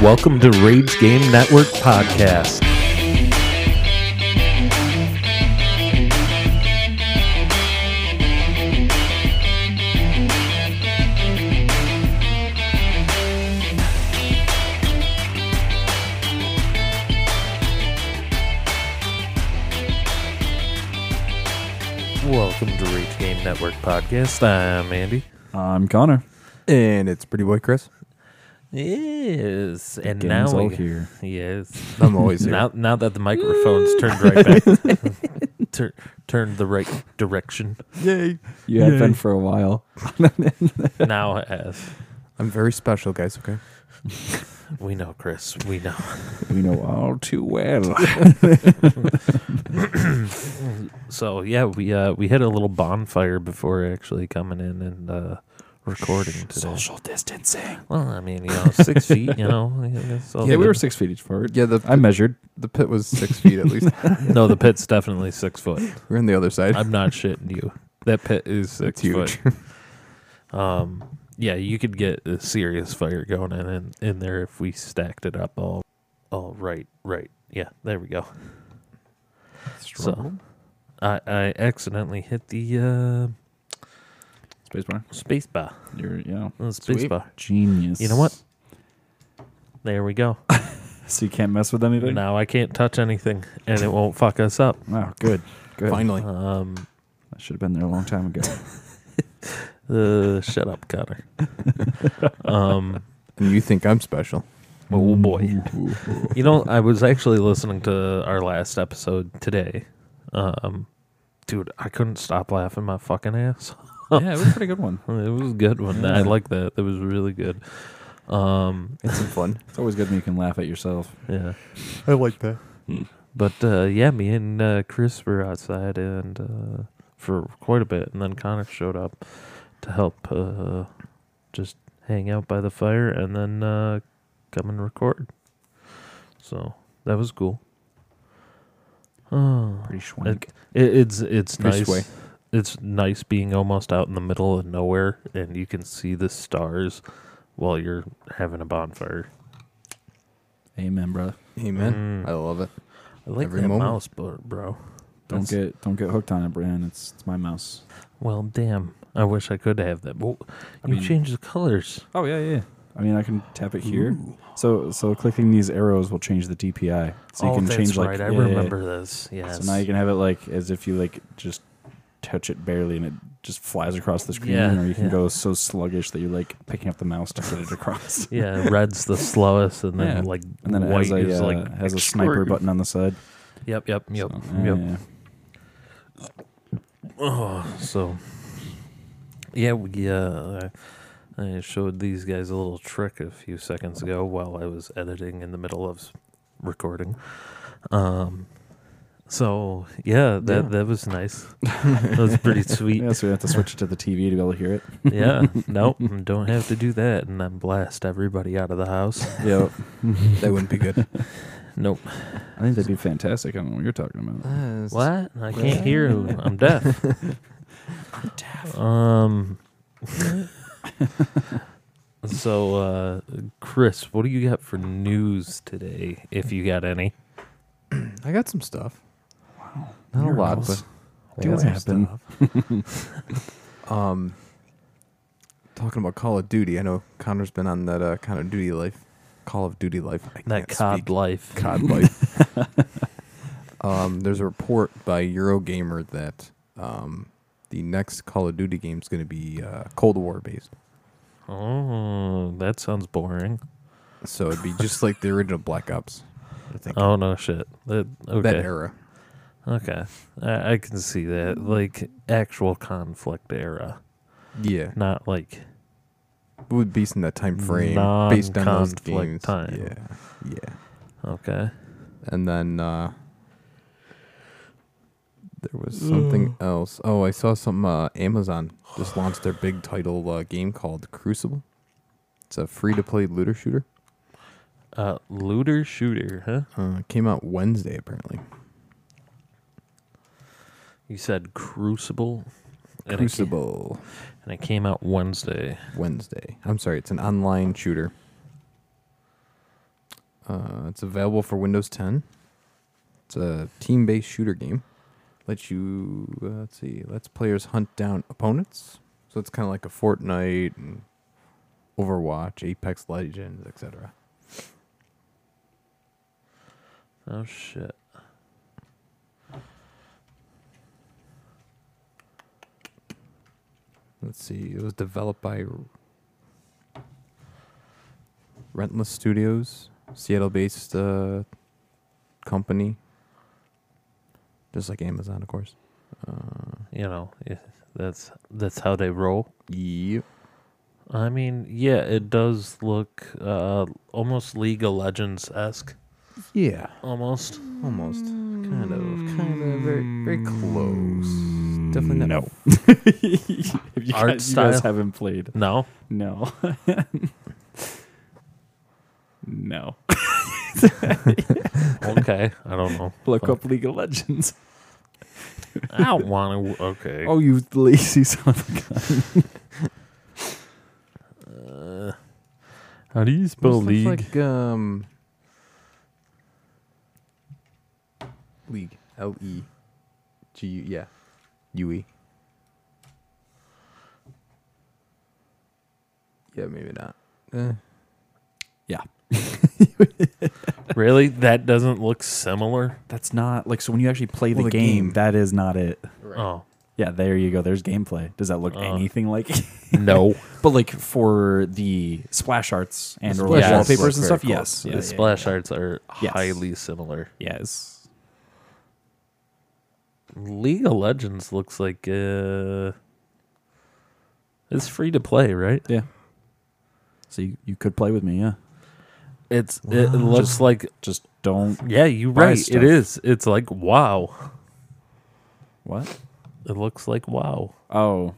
Welcome to Raids Game Network Podcast. Welcome to Raids Game Network Podcast. I'm Andy. I'm Connor. And it's Pretty Boy Chris. Yes, and Game's now all we here. yes. I'm always here. Now, now that the microphone's turned right back, tur- turned the right direction. Yay. You have been for a while. Now it has. I'm very special, guys, okay? We know, Chris. We know. We know all too well. So yeah, we uh we had a little bonfire before actually coming in and uh recording today. distancing. Well, I mean, you know, six feet. You know, it's all Yeah, we good. were six feet each apart. Yeah, the I measured. the pit was six feet at least. no. The pit's definitely six foot. We're on the other side. I'm not shitting you. That pit is six It's huge. foot. Um, yeah, you could get a serious fire going in, in in there if we stacked it up all. All right, right. Yeah, there we go. So, I I accidentally hit the uh, Spacebar. space bar. You're yeah. The space Sweet. bar. Genius. You know what? There we go. So you can't mess with anything. now I can't touch anything, and it won't fuck us up. Wow. Good. Good. Finally. Um, I should have been there a long time ago. uh, shut up, Connor. um, and you think I'm special. oh boy. Ooh. You know, I was actually listening to our last episode today. Um, dude, I couldn't stop laughing my fucking ass. yeah, it was a pretty good one. It was a good one. I Yeah. like that. That was really good. Um, It's some fun. It's always good when you can laugh at yourself. yeah. I like that. But uh, yeah, me and uh, Chris were outside and uh, for quite a bit, and then Connor showed up to help uh, just hang out by the fire and then uh, come and record. So that was cool. Oh, Pretty it, schwank. it- it's it's Pretty nice. sway. It's nice being almost out in the middle of nowhere, and you can see the stars while you're having a bonfire. Amen, bro. Amen. Mm. I love it. I like Every that moment. mouse, but bro. Don't That's- get don't get hooked on it, Brian. It's it's my mouse. Well, damn. I wish I could have that. Well, I you mean- changed the colors. Oh yeah, yeah. I mean, I can tap it here. So so clicking these arrows will change the DPI. So you oh, can that's change like right. I yeah, yeah, yeah. remember this. Yes. So now you can have it like as if you like just touch it barely and it just flies across the screen, Yeah, or you can yeah. go so sluggish that you're like picking up the mouse to put it across. yeah, red's the slowest, and then Yeah. like And then it white has a, is uh, like has a sniper extreme. button on the side. Yep, yep, yep, So, yep. yeah. Oh, so yeah, we, uh, I I showed these guys a little trick a few seconds ago while I was editing in the middle of s- recording. Um, so yeah, that Yeah. that was nice. that was pretty sweet. Yeah, so we have to switch it to the TV to be able to hear it. yeah, nope, don't have to do that, and then blast everybody out of the house. Yep. That wouldn't be good. Uh, Nope. I think that'd be fantastic. I don't know what you're talking about. Uh, What? I can't hear. I'm deaf. I'm deaf. Um. so, uh, Chris, what do you got for news today? If you got any, I got some stuff. Not a lot, Miracles. but I Do got some happen. stuff. um, talking about Call of Duty, I know Connor's been on that uh, Call of Duty life. Call of Duty life. I that can't cod speak. life. COD life. um, there's a report by Eurogamer that um, the next Call of Duty game is going to be uh, Cold War based. Oh, that sounds boring. So it'd be just like the original Black Ops. I think Oh no, shit. That okay. that era. Okay, I, I can see that. Like actual conflict era, Yeah, not like it would be in that time frame based on those Non-conflict games. time. Yeah, yeah. okay. And then uh, there was something else. Oh, I saw some uh, Amazon just launched their big title uh, game called Crucible. It's a free-to-play looter shooter. Uh, looter shooter, huh? Uh, it came out Wednesday apparently. You said Crucible. and it ca- Crucible and it came out Wednesday. Wednesday. I'm sorry, it's an online shooter. Uh, it's available for Windows 10. It's a team-based shooter game. Lets you uh, let's see, lets players hunt down opponents. So it's kind of like a Fortnite and Overwatch, Apex Legends, etc. Oh shit. Let's see, it was developed by R- Rentless Studios, Seattle-based uh, company. Just like Amazon, of course. Uh, You know, yeah, that's that's how they roll. yep. I mean, yeah, it does look uh, almost League of Legends esque. Yeah. Almost. Almost. Kind of. Kind of. Very, very close. Definitely not. No. If you, Art guys, you guys style? haven't played. No. No. no. Okay. I don't know. Look Fuck. up League of Legends. I don't want to. Okay. Oh, you lazy son of a gun. Uh, how do you This spell looks league? Like, um, league. L E G U. E. Yeah. U E. Yeah, maybe not. Eh. really? That doesn't look similar. That's not like so when you actually play the, Well, the game, game. that is not it. Oh Yeah, there you go. There's gameplay. Does that look Uh. anything like no! But like for the splash arts and The or splash like arts wallpapers and look stuff, very yes. close. Yeah, the yeah, splash arts are Yes. highly similar. yeah. Yes. League of Legends looks like uh, it's free to play, right? Yeah. So you, you could play with me, yeah. It's it looks like Just don't yeah, you buy right. stuff. It is. It's like wow. what? It looks like wow. Oh.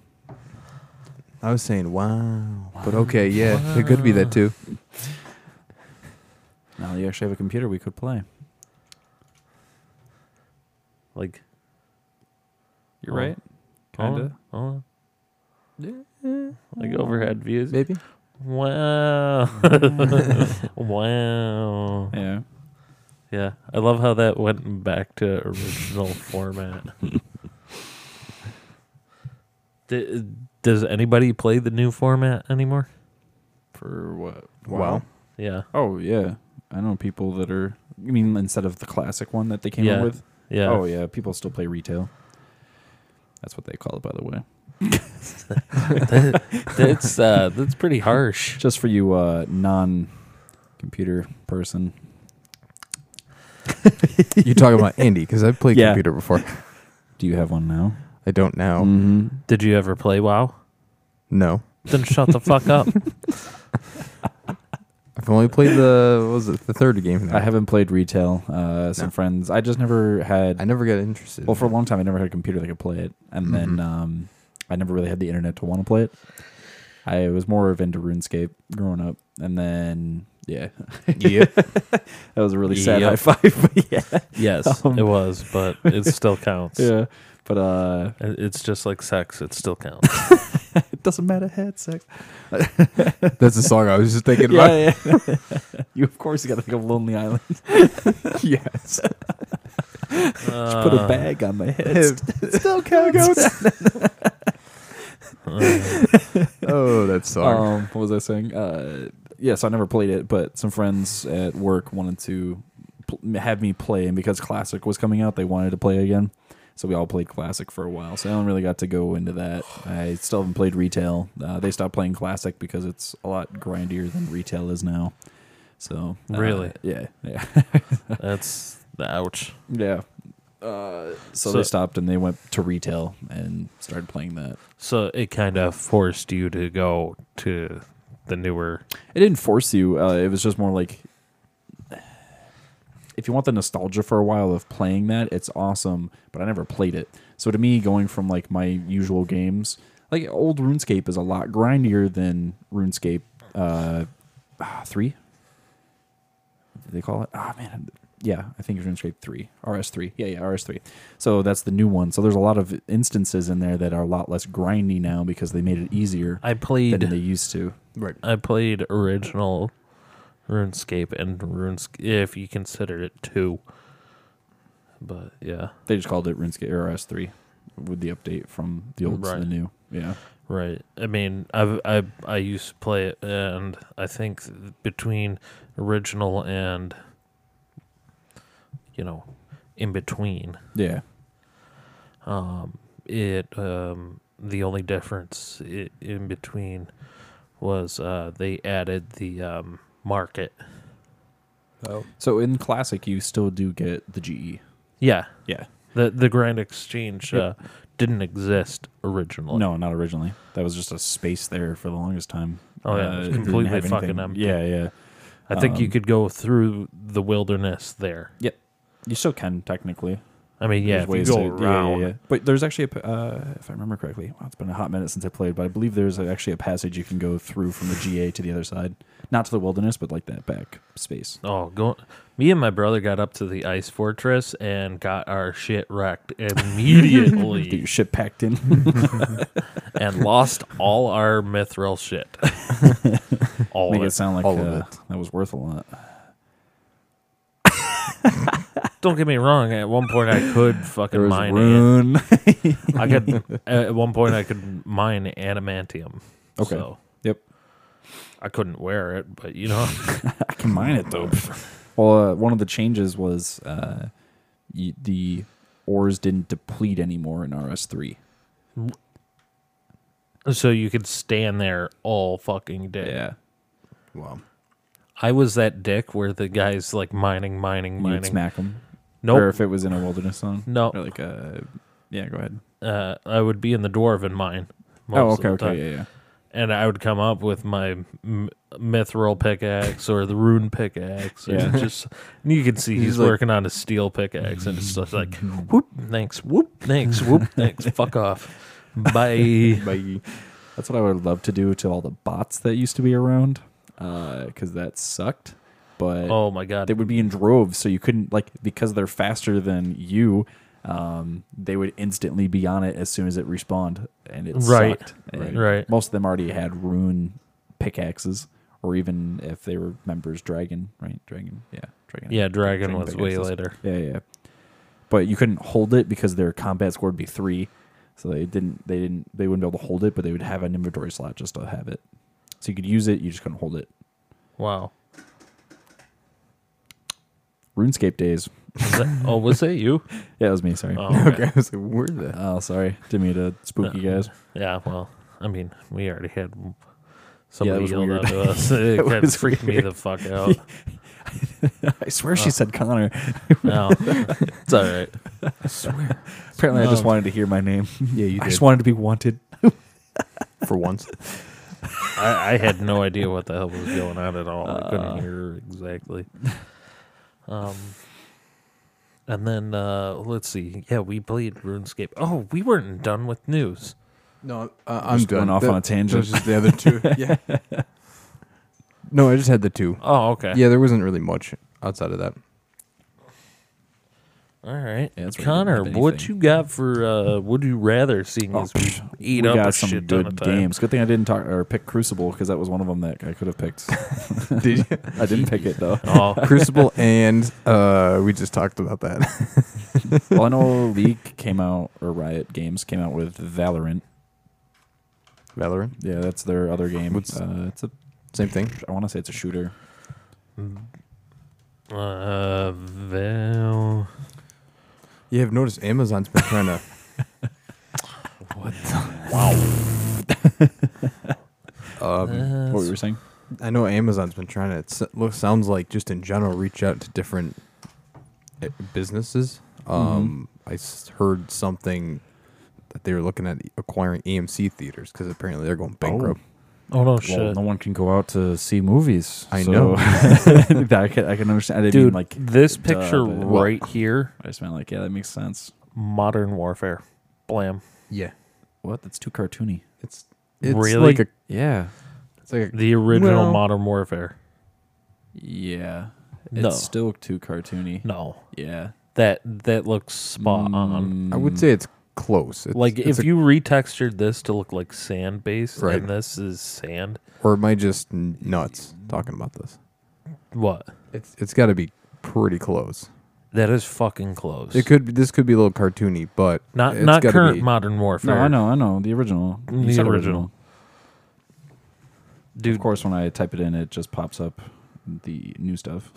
I was saying wow. But okay, yeah. It could be that too. Now that you actually have a computer, we could play. Like You're Oh. right. hold Kinda. on, hold on. like overhead views. Maybe. Wow. wow. Yeah. Yeah. I love how that went back to original format. D- does anybody play the new format anymore? For what? Wow. Yeah. Oh yeah. I know people that are you mean instead of the classic one that they came Yeah. up with? Yeah. Oh yeah, people still play retail. That's what they call it by the way. That's uh that's pretty harsh. Just for you uh non computer person. you talking about Andy? Because I've played Yeah. computer before. Do you have one now? I don't now. Mm-hmm. Did you ever play WoW? No. Then shut the fuck up. I've only played the what was it the third game. Now. I haven't played retail. Uh, some No. friends. I just never had. I never got interested. well, for a long time, I never had a computer that could play it, and then Mhm. um, I never really had the internet to want to play it. I was more of into RuneScape growing up, and then yeah, yep. that was a really sad Yep. high five. but yeah, Yes, Um. it was, but it still counts. yeah, but uh, It- It's just like sex, it still counts. it doesn't matter. Head sex. That's the song I was just thinking about. Yeah, yeah. you of course you got to think of Lonely Island. Yes. Just put a bag on my head. Still counts. Uh, oh, that song. Um, what was I saying? Uh, yeah, so I never played it, but some friends at work wanted to pl- have me play, and because Classic was coming out, they wanted to play again. So we all played Classic for a while. So I don't really got to go into that. I still haven't played Retail. Uh, they stopped playing Classic because it's a lot grindier than Retail is now. So uh, Really? yeah, yeah, that's the ouch. yeah. Uh, so, So- they stopped and they went to Retail and started playing that. So it kind of forced you to go to the newer. It didn't force you. Uh, it was just more like if you want the nostalgia for a while of playing that, it's awesome. But I never played it, so to me, going from like my usual games, like old RuneScape is a lot grindier than RuneScape uh, ah, three. What did they call it? Ah man, yeah, I think it's RuneScape three, RS three. Yeah, yeah, RS three. So that's the new one. So there's a lot of instances in there that are a lot less grindy now because they made it easier I than played. Um, they used to. right. I played original RuneScape and RuneScape if you consider it two. But yeah, They just called it RuneScape or S3 with the update from the old to the Right. new. Yeah. right. I mean, I I I used to play it, and I think th- between original and you know, in between, Yeah. um, it um, the only difference i in between was uh, they added the um, market. Oh. So in classic you still do get the E. GE. Yeah, Yeah. the the Grand Exchange Yep. uh, didn't exist originally. No, not originally. That was just a space there for the longest time. Oh, yeah, it was Uh, it didn't completely have fucking anything. empty. Yeah, yeah. I think you Um, could go through the wilderness there. You still can technically. I mean, yeah, if There's you go to- yeah, yeah, around. yeah. But there's actually a, p- uh, if I remember correctly, wow, it's been a hot minute since I played, but I believe there's actually a passage you can go through from the GA to the other side, not to the wilderness, but like that back space. Oh, go. Me and my brother got up to the ice fortress and got our shit wrecked Get your immediately shit packed in. and lost all our mithril shit. all Make of it it. sound like All of uh, that was worth a lot. Don't get me wrong. At one point, I could fucking mine. An- rune. I could. at one point, I could mine adamantium. Okay. So Yep. I couldn't wear it, but you know. I can mine it though. well, uh, one of the changes was uh, y- the ores didn't deplete anymore in RS3. So you could stand there all fucking day. Wow. I was that dick where the guy's like mining, mining, You'd mining. smack them. Or Nope. if it was in a wilderness zone. No. Or like uh yeah, go ahead. Uh, I would be in the dwarven mine. Oh, most okay, of the okay, time. yeah, yeah. And I would come up with my m- mithril pickaxe or the rune pickaxe. Yeah. Yeah. just and you can see he's, He's like- working on a steel pickaxe and it's just like whoop, thanks, whoop, thanks, whoop, thanks, fuck off, bye. Bye. That's what I would love to do to all the bots that used to be around, because that sucked. But Oh my god, they would be in droves, so you couldn't like because they're faster than you. Um, they would instantly be on it as soon as it respawned, and it Right. sucked. Right. And Right. Most of them already had rune pickaxes, or even if they were members, dragon. Right, dragon. Yeah, dragon. yeah, dragon Dragon was way pickaxes. later. Yeah, yeah. But you couldn't hold it because their combat score would be three, so they didn't. They didn't. They wouldn't be able to hold it, but they would have an inventory slot just to have it. So you could use it. You just couldn't hold it. Wow. RuneScape days. Was that, oh, was that you? Yeah, that was me. Sorry. Oh, Okay. I was like, where the? Oh, sorry. Didn't mean to spook you guys. Yeah, well, I mean, we already had somebody was yelled weird. out to us. It That kind of was freaked me weird. the fuck out. I swear she said Connor. no, it's all right. I swear. Apparently, I just No. wanted to hear my name. yeah, you I did just wanted to be wanted. for once. I, I had no idea what the hell was going on at all. I Uh. couldn't hear exactly. Um, and then uh, let's see. Yeah, we played RuneScape. Oh, we weren't done with news. No, uh, I'm Just done. went off on a tangent. Those just the other two. yeah. No, I just had the two. Oh, okay. Yeah, there wasn't really much outside of that. All right, Yeah, that's where you Connor, didn't have what anything. you got for? uh Would you rather seeing Oh, as we psh, eat we up got a some shit ton good of time? games. Good thing I didn't talk or pick Crucible because that was one of them that I could have picked. Did you? I didn't pick it though. Oh, Crucible and uh, we just talked about that. well, I know League came out or Riot Games came out with Valorant. Valorant, Yeah, that's their other game. What's- uh, it's a same thing. I want to say it's a shooter. Mm. Uh, Val. You have noticed Amazon's been trying to. what? The... Oh, Wow. um, what we were saying? I know Amazon's been trying to. It s- looks sounds like just in general, reach out to different eh, businesses. Um, I s- heard something that they were looking at acquiring AMC theaters because apparently they're going bankrupt. Oh no, Well, shit, no one can go out to see movies. I so- know. that I can I can understand. I didn't mean dude! like this duh, picture but- right here, I just meant like yeah, that makes sense. Modern Warfare, blam. Yeah, What? That's too cartoony. it's it's Really? like a Yeah. it's like a, The original Well- Modern Warfare. Yeah. No. It's still too cartoony. No, Yeah. that that looks spot on. I would say it's close. Mm, It's, Like it's if a- you retextured this to look like sand based, Right. and this is sand. or am I just n- nuts talking about this? What? It's it's got to be pretty close. That is fucking close. It could be, this could be a little cartoony, but not it's not gotta current be- modern No, warfare. I know, I know. The original. The You said original. Of dude. course, when I type it in, it just pops up the new stuff.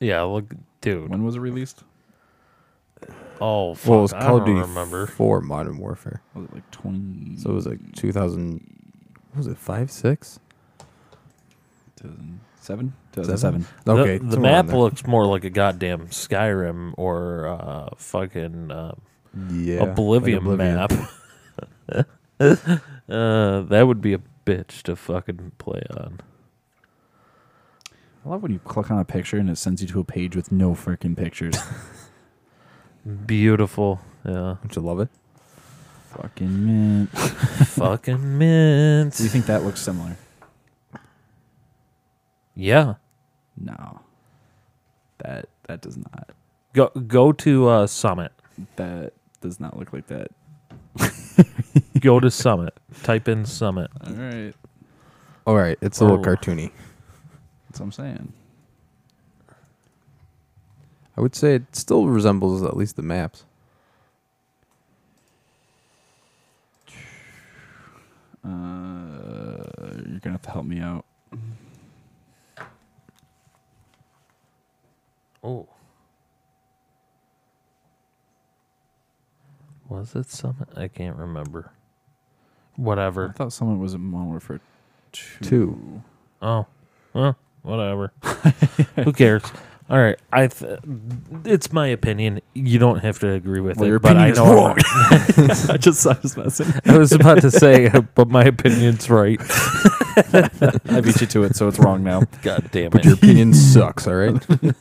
Yeah, look, dude. when was it released? Oh, fuck, well, it's I Call of don't Duty remember. for Modern Warfare. Was it like 20? So it was like 2000. What was it five six? 2007? Seven? 2007. The- Okay, the, somewhere around map there. looks more like a goddamn Skyrim or uh, fucking uh, yeah, like Oblivion, map. uh, that would be a bitch to fucking play on. I love when you click on a picture and it sends you to a page with no freaking pictures. Beautiful. Yeah. Don't you love it? fucking man. fucking mint. Do you think that looks similar? Yeah. No. That that does not. Go go to uh, Summit. That does not look like that. Go to Summit. Type in Summit. All right. All right, it's a little Or- cartoony. That's what I'm saying. I would say it still resembles at least the maps. Uh, you're gonna have to help me out. Oh. Was it Summit? I can't remember. I Whatever. thought someone was at Modern Warfare two. Two. Oh. Well, whatever. Who cares? All right, I th- it's my opinion. You don't have to agree with Well, it, your but I opinion is know wrong. I just I was messing. I was about to say, but my opinion's right. I beat you to it, so it's wrong now. God damn But your opinion sucks. All right, You're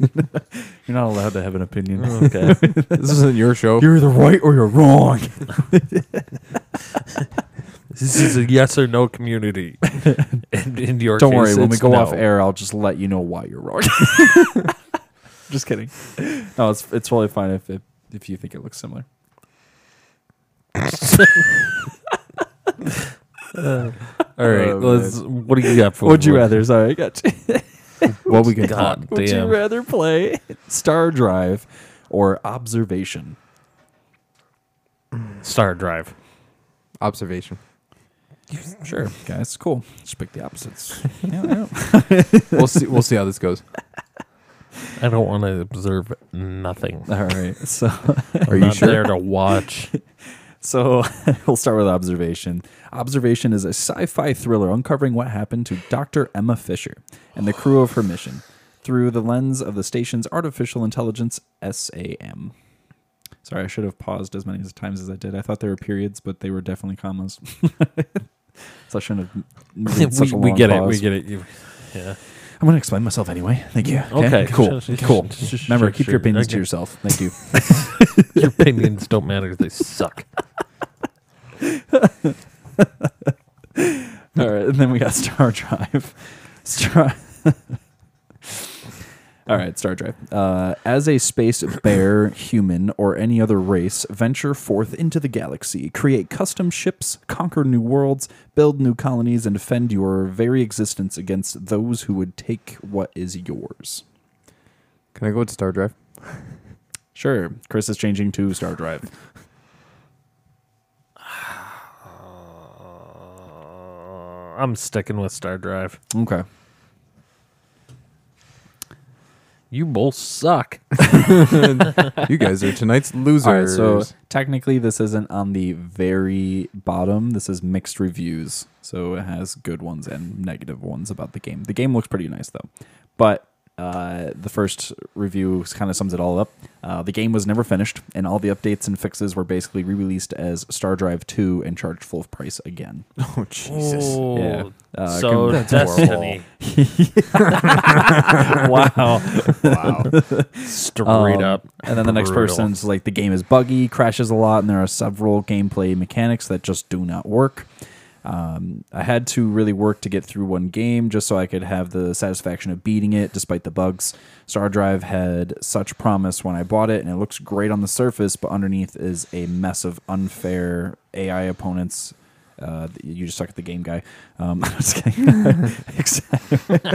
not allowed to have an opinion. okay. this isn't your show. You're either right or you're wrong. This is a yes or no community. and in your Don't case, worry. When we it's go no. off air, I'll just let you know why you're wrong. just kidding. No, it's it's totally fine if it, if you think it looks similar. All right, Oh, let's. What do you got for? Would you rather? Sorry, I got you. Well, we can God Would you damn. rather play Star Drive or Observation? Star Drive. observation. Sure, guys, cool. Just pick the opposites. yeah, I know. We'll see. We'll see how this goes. I don't want to observe nothing. All right, so Are I'm you not sure? there to watch. So we'll start with Observation. Observation is a sci fi thriller uncovering what happened to Dr. Emma Fisher and the crew of her mission through the lens of the station's artificial intelligence, SAM. Sorry, I should have paused as many times as I did. I thought there were periods, but they were definitely commas. so I shouldn't have. made we, such a we long get it. pause. We get it. You- yeah. I'm going to explain myself anyway. Thank you. Okay. Sure, cool. sure, cool. sure, sure, Remember, sure, keep sure. your opinions Okay. to yourself. Thank you. Your opinions don't matter. They suck. All right, and then we got Star Drive. Star. All right, Star Drive. Uh, as a space bear, human, or any other race, venture forth into the galaxy, create custom ships, conquer new worlds, build new colonies, and defend your very existence against those who would take what is yours. Can I go with Star Drive? Sure, Chris is changing to Star Drive. Uh, I'm sticking with Star Drive. Okay. You both suck. you guys are tonight's losers. All right, so technically this isn't on the very bottom. This is mixed reviews. So it has good ones and negative ones about the game. The game looks pretty nice though. But uh, the first review kind of sums it all up. Uh, the game was never finished, and all the updates and fixes were basically re released as Star Drive 2 and charged full price again. oh Jesus. Oh, Yeah. Uh, so com- Destiny. wow. Wow. Straight Um, up. And then the next brutal. person's like, the game is buggy, crashes a lot, and there are several gameplay mechanics that just do not work. Um, I had to really work to get through one game just so I could have the satisfaction of beating it despite the bugs. Star Drive had such promise when I bought it, and it looks great on the surface, but underneath is a mess of unfair AI opponents Uh, you just suck at the game guy. Um, I'm just kidding. Except-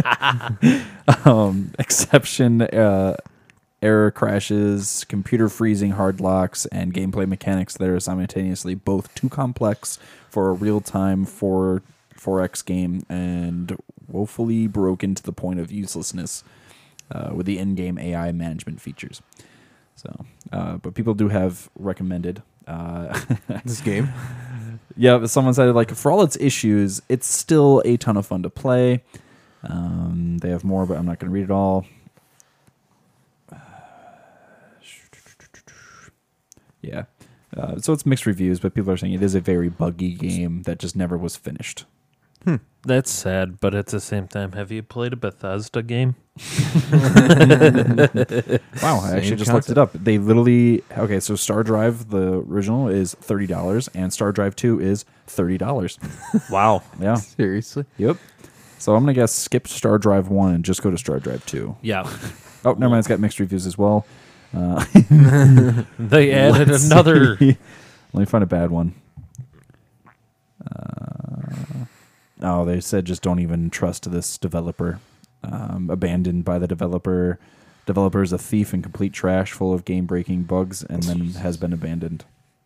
um, exception, uh, error crashes, computer freezing, hard locks, and gameplay mechanics that are simultaneously both too complex for a real time 4, 4X game and woefully broken to the point of uselessness uh, with the in game AI management features. So, uh, but people do have recommended. Uh, This game. yeah, but someone said like for all its issues, it's still a ton of fun to play. Um, they have more, but I'm not going to read it all. Yeah, uh, so it's mixed reviews, but people are saying it is a very buggy game that just never was finished. That's sad, but at the same time, have you played a Bethesda game? Wow, I Same actually just looked it up. They literally okay. So Star Drive the original is thirty dollars, and Star Drive Two is thirty dollars. Wow. Yeah. Seriously. Yep. So I'm gonna guess skip Star Drive One and just go to Star Drive Two. Yeah. Oh, never mind. It's got mixed reviews as well. Uh, They added let's another. see. Let me find a bad one. Uh, oh, they said just don't even trust this developer. Um, abandoned by the developer. Developer is a thief and complete trash, full of game-breaking bugs, and then has been abandoned.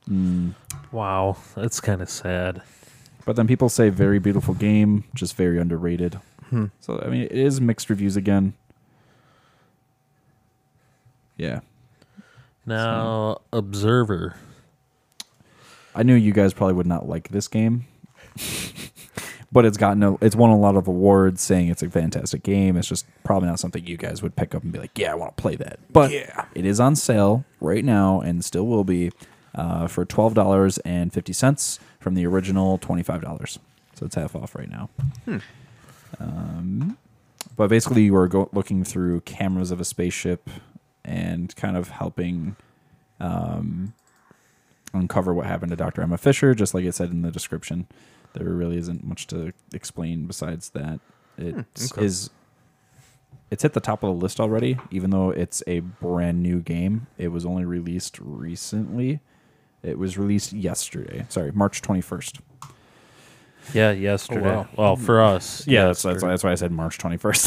Mm. Wow. That's kind of sad. But then people say very beautiful game, just very underrated. Hmm. So I mean, it is mixed reviews again. Yeah, Now, Observer. I knew you guys probably would not like this game, but it's gotten a, it's won a lot of awards, saying it's a fantastic game. It's just probably not something you guys would pick up and be like, "Yeah, I want to play that." But Yeah. it is on sale right now and still will be uh, for twelve dollars and fifty cents from the original twenty five dollars. So it's half off right now. Um, but basically, you are go- looking through cameras of a spaceship and kind of helping um, uncover what happened to Dr. Emma Fisher, just like it said in the description. There really isn't much to explain besides that. It is okay. it's hit the top of the list already, even though it's a brand new game. It was only released recently. It was released yesterday. Sorry, March twenty first. Yeah, yesterday. Oh, wow. Well, for us. so that's, yesterday. why- that's why I said March twenty first.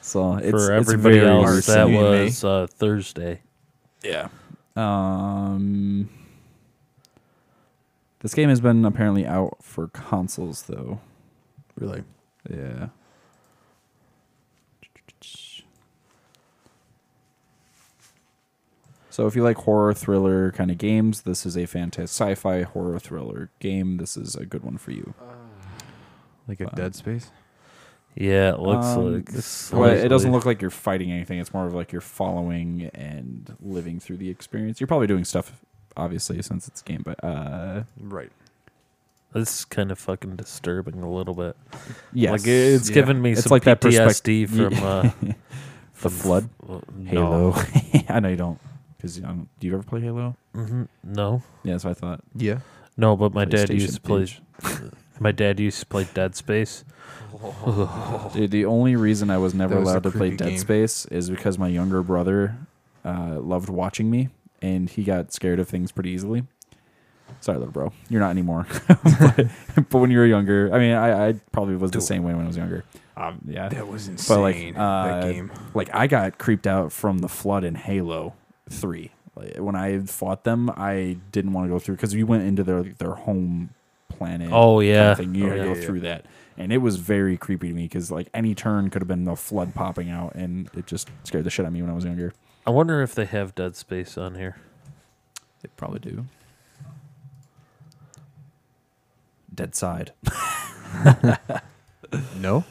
so it's, for it's everybody very else, that recent. Excuse me. was uh, Thursday. Yeah. Um, this game has been apparently out for consoles though. Really. Yeah. So if you like horror thriller kind of games, this is a fantastic sci-fi horror thriller game. This is a good one for you. Uh, Like a Wow. Dead Space. Yeah, it looks Um, like. this- well, it doesn't slightly- look like you're fighting anything. It's more of like you're following and living through the experience. You're probably doing stuff, obviously, since it's a game. But uh, Right. This is kind of fucking disturbing a little bit. yes, Like it's Yeah. given me It's some like that PTSD perspect- from uh, the from flood, f- uh, Halo. I know you don't, because you don't. Do you ever play Halo? No. Mhm. no, Yeah, that's what I thought. Yeah. no. But my dad PlayStation, used to play. bitch. My dad used to play Dead Space. Dude, the only reason I was never That was a allowed to play creepy Dead game. Space is because my younger brother uh, loved watching me, and he got scared of things pretty easily. Sorry, little bro, you're not anymore. but, but when you were younger, I mean, I, I probably was the Dude. same way when I was younger. Um, yeah, That was insane. But, like, uh, that game. like I got creeped out from the flood in Halo Three. Like, when I fought them, I didn't want to go through because we went into their their home planet Oh yeah, kind of thing. You Oh, had to yeah, go yeah, through that, and it was very creepy to me because like any turn could have been the flood popping out, and it just scared the shit out of me when I was younger. I wonder if they have Dead Space on here. They probably do. Dead side. No.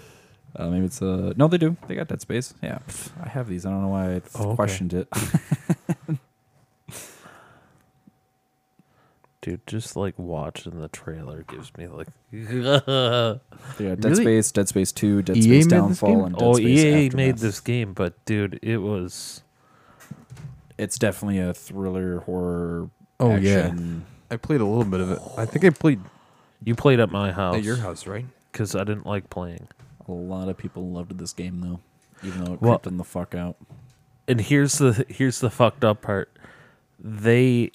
Uh, maybe it's uh no, they do. They got Dead Space. Yeah, Pff, I have these. I don't know why I Oh, okay. questioned it. Dude, just like watching the trailer gives me like. oh, They got Dead Really? Space, Dead Space Two, Dead EA Space made this game? Downfall, and Dead oh, Space EA Aftermath. made this game, but dude, it was. It's definitely a thriller horror. Oh, yeah. action. I played a little bit of it. I think I played You played at my house at your house, right? because I didn't like playing. A lot of people loved this game though, even though it Well- creeped them the fuck out. and here's the here's the fucked up part. They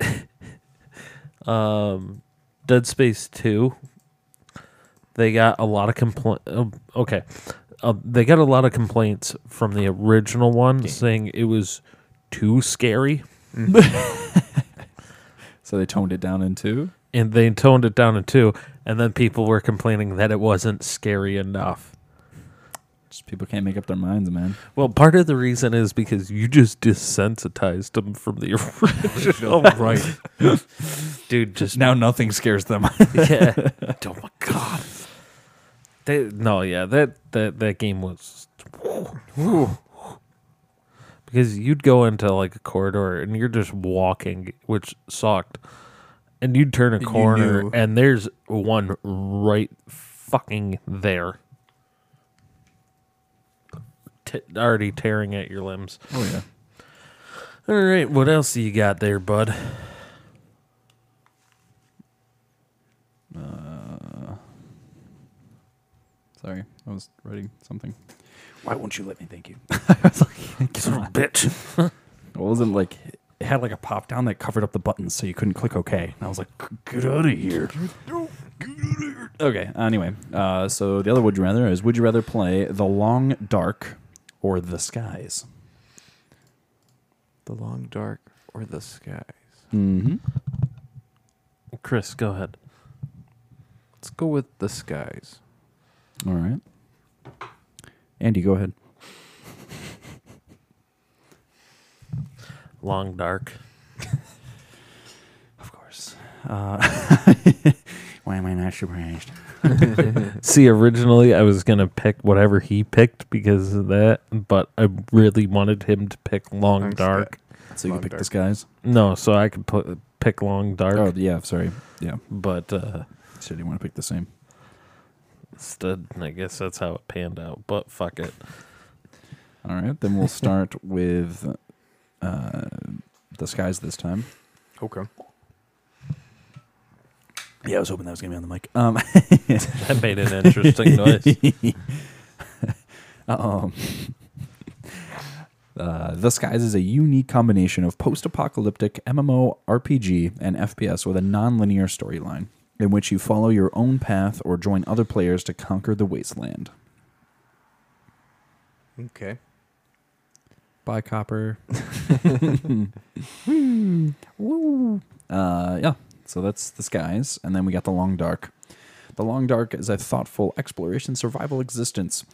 Um, Dead Space Two. They got a lot of complaint. okay, uh, they got a lot of complaints from the original one saying it was too scary, So they toned it down in two. and they toned it down to two. And then people were complaining that it wasn't scary enough. Just people can't make up their minds, man. Well, part of the reason is because you just desensitized them from the original, right. dude? Just now nothing scares them. yeah. oh my god. They, no, yeah, that that that game was because you'd go into like a corridor and you're just walking, which sucked, and you'd turn a you corner knew. and there's one right fucking there, T- already tearing at your limbs. oh yeah. All right, what else you got there, bud? Sorry, I was writing something. Why won't you let me? Thank you. Bitch. It wasn't like it had like a pop down that covered up the buttons, so you couldn't click OK. And I was like, get out of here. Okay. Anyway, uh, so the other would you rather is would you rather play The Long Dark or The Skies? The long dark or the skies. Mm-hmm. Chris, go ahead. Let's go with the skies. All right. Andy, go ahead. Long dark. Of course. Uh, why am I not surprised? See, originally I was gonna pick whatever he picked because of that, but I really wanted him to pick Long Thanks, Dark. So you Long pick Dark. The Skies? No, so I could put, pick Long Dark, Oh, yeah. Sorry. Yeah. but uh, So you want to pick the same? instead, I guess that's how it panned out. But fuck it. All right. Then we'll start with uh, The Skies this time. Okay. Yeah, I was hoping that was going to be on the mic. Um, That made an interesting noise. um, uh, the Skies is a unique combination of post apocalyptic MMO, RPG, and FPS with a non linear storyline in which you follow your own path or join other players to conquer the wasteland. Okay. Bye, Copper. Uh, yeah, so that's the skies, and then we got the long dark. The long dark is a thoughtful exploration survival existence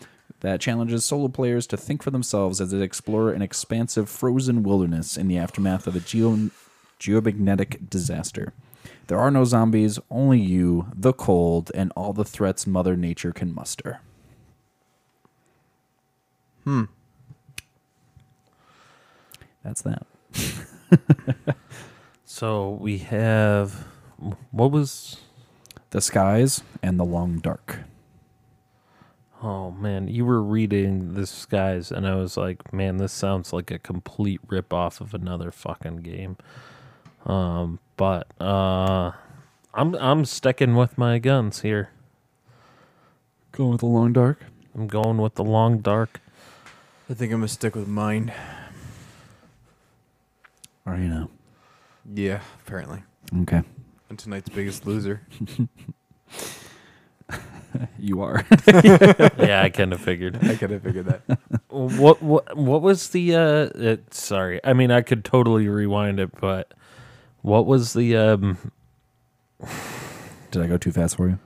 that challenges solo players to think for themselves as they explore an expansive frozen wilderness in the aftermath of a geo- geomagnetic disaster. There are no zombies, only you, the cold, and all the threats Mother Nature can muster. Hmm. That's that. So we have what was? The skies and the long dark. Oh man, you were reading this guys, and I was like, man, this sounds like a complete rip off of another fucking game. Um, but uh, I'm I'm sticking with my guns here. Going with the long dark. I'm going with the long dark. I think I'm gonna stick with mine. Or you know. Yeah, apparently. Okay. And tonight's biggest loser. You are. yeah, I kind of figured. I could have figured that. What what what was the uh? It, sorry, I mean I could totally rewind it, but what was the um? Did I go too fast for you?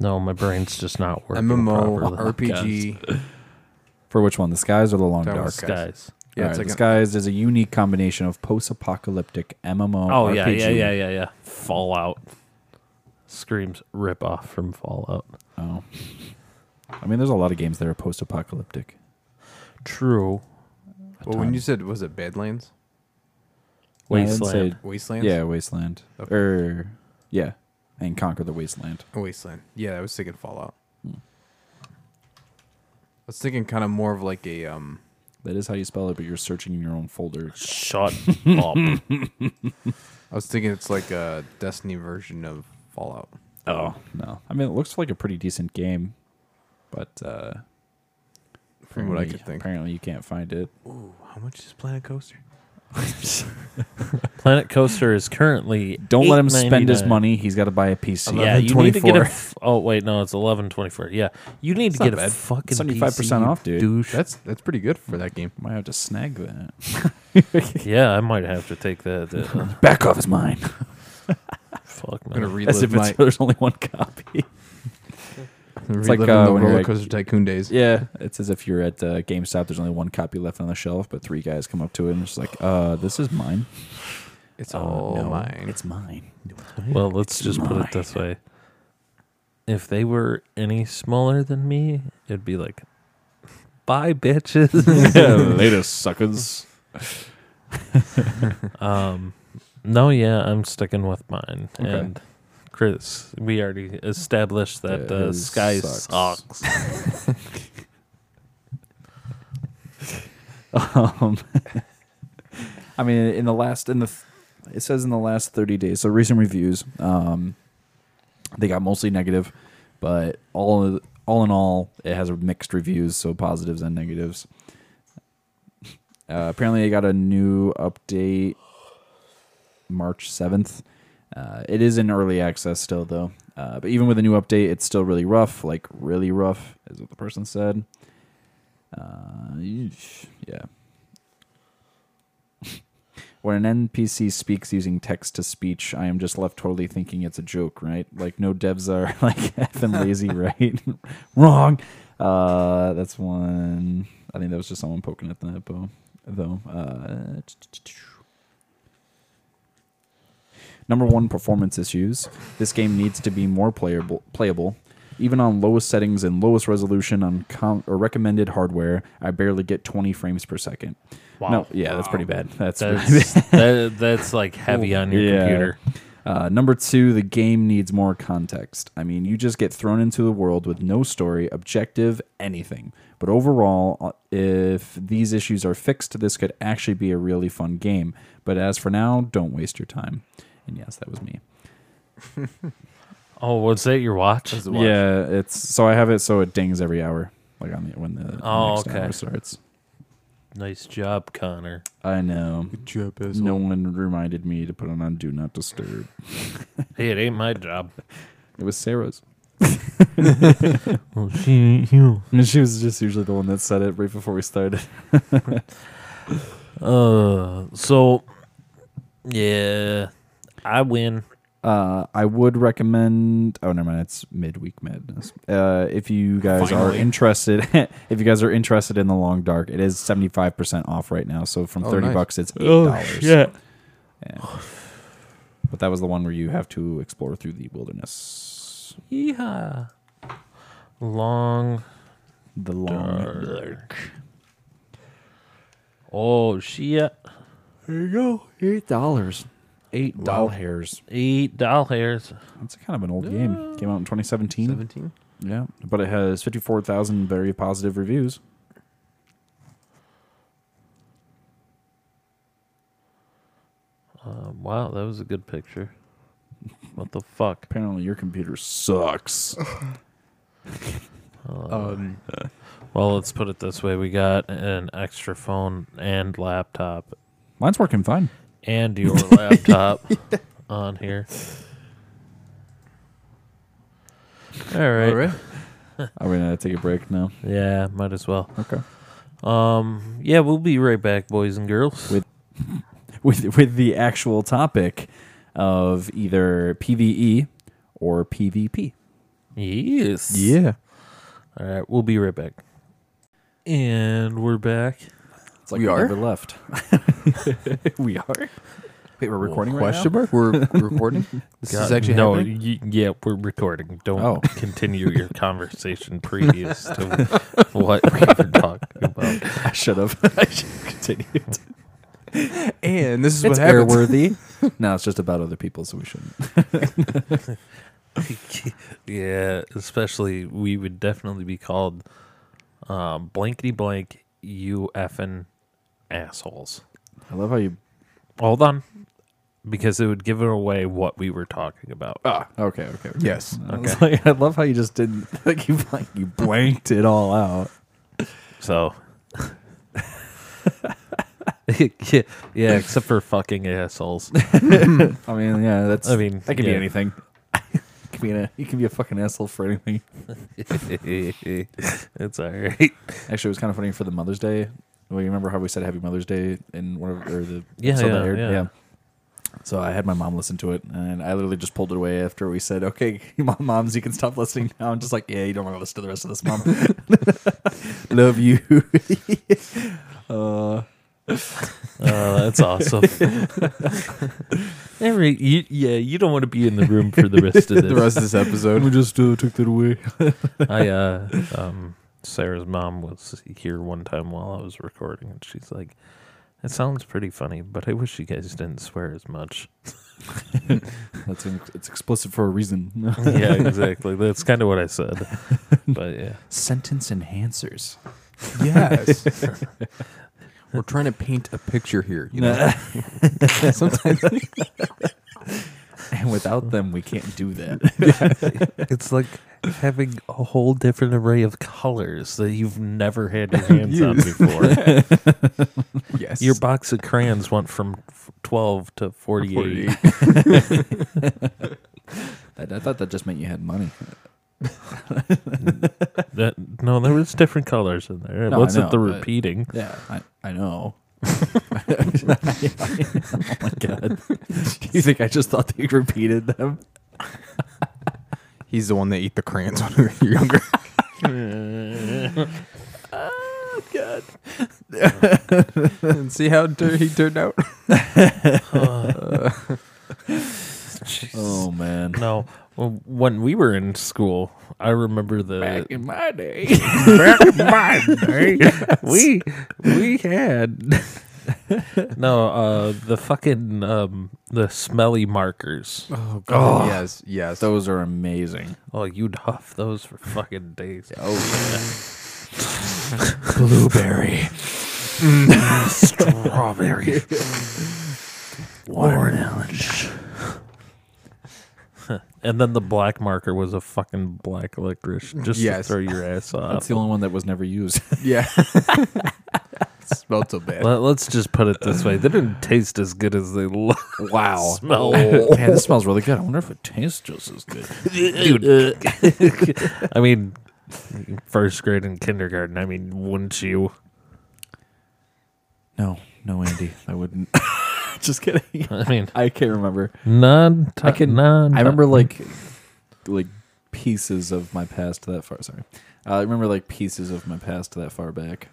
No, my brain's just not working. MMO properly. RPG. For which one? The skies or the long That dark? was Guys, guys. Yeah, All it's right, like the a- skies is a unique combination of post-apocalyptic MMO. Oh yeah, RPG. yeah, yeah, yeah, yeah. Fallout screams rip off from Fallout. Oh. I mean, there's a lot of games that are post-apocalyptic. True. A Well, when ton. you said was it Badlands, No, I didn't Wasteland. say- Wastelands? yeah, wasteland. Okay. Or yeah, and conquer the wasteland. Wasteland. Yeah, I was thinking Fallout. Hmm. I was thinking kind of more of like a um. That is how you spell it, but you're searching in your own folder. Shut up. I was thinking it's like a Destiny version of Fallout. Oh no! I mean, it looks like a pretty decent game, but uh, From what I apparently- could think. apparently you can't find it. Ooh, how much is Planet Coaster? Planet Coaster is currently Don't let him spend his $8.99. money. He's got to buy a PC. Yeah, you need to get a. 11.24. f- oh wait, no, it's eleven twenty four. Yeah, you need to not get a bad. fucking 75% PC, off, dude. Douche. That's that's pretty good for that game. Might have to snag that. yeah, I might have to take that. uh, Back off is mine. fuck I'm gonna man. As if relive my it's, there's only one copy. relive like, the uh, when you're roller like- coaster tycoon days. Yeah, it's as if you're at uh, GameStop. There's only one copy left on the shelf, but three guys come up to it and it's like, uh, "This is mine." It's Uh, all no, mine. It's mine. Well, let's It's just put it this mine. way. If they were any smaller than me, it'd be like, bye, bitches. Later, suckers. um, no, yeah, I'm sticking with mine. Okay. And Chris, we already established that It uh, is Sky sucks. sucks. Um, I mean, in the last in the th- it says in the last 30 days. So recent reviews, um, they got mostly negative, but all all in all, it has mixed reviews, so positives and negatives. Uh, apparently, they got a new update March 7th. Uh, it is in early access still, though. Uh, but even with a new update, it's still really rough, like really rough, is what the person said. Uh, yeesh, yeah. when an NPC speaks using text to speech, I am just left totally thinking it's a joke, right? Like no devs are like effing lazy, right? Wrong. Uh, that's one. I think that was just someone poking at the net bow, though. Uh, number one, performance issues. This game needs to be more playable. Playable. Even on lowest settings and lowest resolution on com- or recommended hardware, I barely get 20 frames per second. Wow. No, yeah, that's pretty bad. That's, pretty That's, that, that's like heavy on your Yeah. computer. Uh, number two, the game needs more context. I mean, you just get thrown into the world with no story, objective, anything. But overall, uh, if these issues are fixed, this could actually be a really fun game. But as for now, don't waste your time. And yes, that was me. Oh, was that your watch? That's the watch. Yeah, it's so I have it so it dings every hour, like on the when the Oh, next okay. hour starts. Nice job, Connor. I know. Good job, No asshole. one reminded me to put it on Do Not Disturb. Hey, it ain't my job. It was Sarah's. Well, she ain't you. And she was just usually the one that said it right before we started. Uh, so yeah, I win. Uh, I would recommend. Oh, never mind. It's midweek madness. Uh, if you guys Finally. are interested, if you guys are interested in the long dark, it is seventy five percent off right now. So from Oh, thirty nice. bucks, it's eight dollars. yeah. Yeah. But that was the one where you have to explore through the wilderness. Yeehaw. Long The long dark. Oh shit! There you go. Eight dollars. eight doll hairs. Eight doll hairs. That's kind of an old game. Uh, Came out in twenty seventeen. Seventeen. Yeah, but it has fifty four thousand very positive reviews. Um, wow, that was a good picture. What the fuck? Apparently, your computer sucks. Uh, Um, Well, let's put it this way: we got an extra phone and laptop, Mine's working fine. and your laptop on here. All right. all right. Are we gonna take a break now? Yeah, might as well. Okay. Um, yeah, we'll be right back, boys and girls. With- with with the actual topic of either PVE or PvP. yes. Yeah. All right, we'll be right back. And we're back. It's like We are? never left. we are. Wait, we're recording right Question mark? We're we're recording. this is God, actually no. happening. y- yeah, we're recording. Don't Oh. continue your conversation previous to what we were talking about. now. I should have. I should have continued. And this is It's what happens. airworthy. no, it's just about other people, so we shouldn't. yeah, especially we would definitely be called uh, blankety blank. You effing assholes. I love how you. Hold on, because it would give it away what we were talking about. Ah, okay, okay. okay. Yes. I, was like, I love how you just didn't like you like you blanked it all out. So yeah, yeah, except for fucking assholes. I mean, yeah, that's. I mean, that can yeah. be anything. you, can be a, you can be a fucking asshole for anything. it's all right. Actually, it was kind of funny for the Mother's Day. Well, you remember how we said Happy Mother's Day in one of or the Yeah, episode that yeah, aired? yeah. So I had my mom listen to it, and I literally just pulled it away after we said, "Okay, mom, moms, you can stop listening now." I'm just like, "Yeah, you don't want to listen to the rest of this, mom. Love you." uh, Oh, that's awesome. Every you, yeah, you don't want to be in the room for the rest of this. the rest of this episode. we just uh, took that away. I uh um Sarah's mom was here one time while I was recording and she's like it sounds pretty funny, but I wish you guys didn't swear as much. That's in, it's explicit for a reason. yeah, exactly. That's kind of what I said. But yeah. Sentence enhancers. yes. We're trying to paint a picture here. You know, sometimes and without them, we can't do that. It's like having a whole different array of colors that you've never had your hands on before. yes, Your box of crayons went from 12 to 48. 48. I, I thought that just meant you had money. That, no, there was different colors in there. It No, I wasn't know, the but- repeating. Yeah, I, I know. oh my god! Do you think I just thought they repeated them? He's the one that ate the crayons when we were younger. Oh god! and see how tur- he turned out. Oh man! No, well, when we were in school, I remember the in my day, back in my day, we we had no uh the fucking um the smelly markers. Oh God. Yes, yes. those are amazing. Oh, you'd huff those for fucking days. Oh, blueberry, Strawberry, watermelon. and then the black marker was a fucking black licorice just Yes. to throw your ass That's off. the only one that was never used. Uh, yeah. Smelled so bad. Let, us just put it this way: they didn't taste as good as they look. Wow! Smell. Man, this smells really good. I wonder if it tastes just as good. dude. I mean, first grade and kindergarten. I mean, wouldn't you? No, no, Andy, I wouldn't. just kidding. I mean, I can't remember. none. I can- None. I remember like like pieces of my past that far. Sorry, uh, I remember like pieces of my past that far back.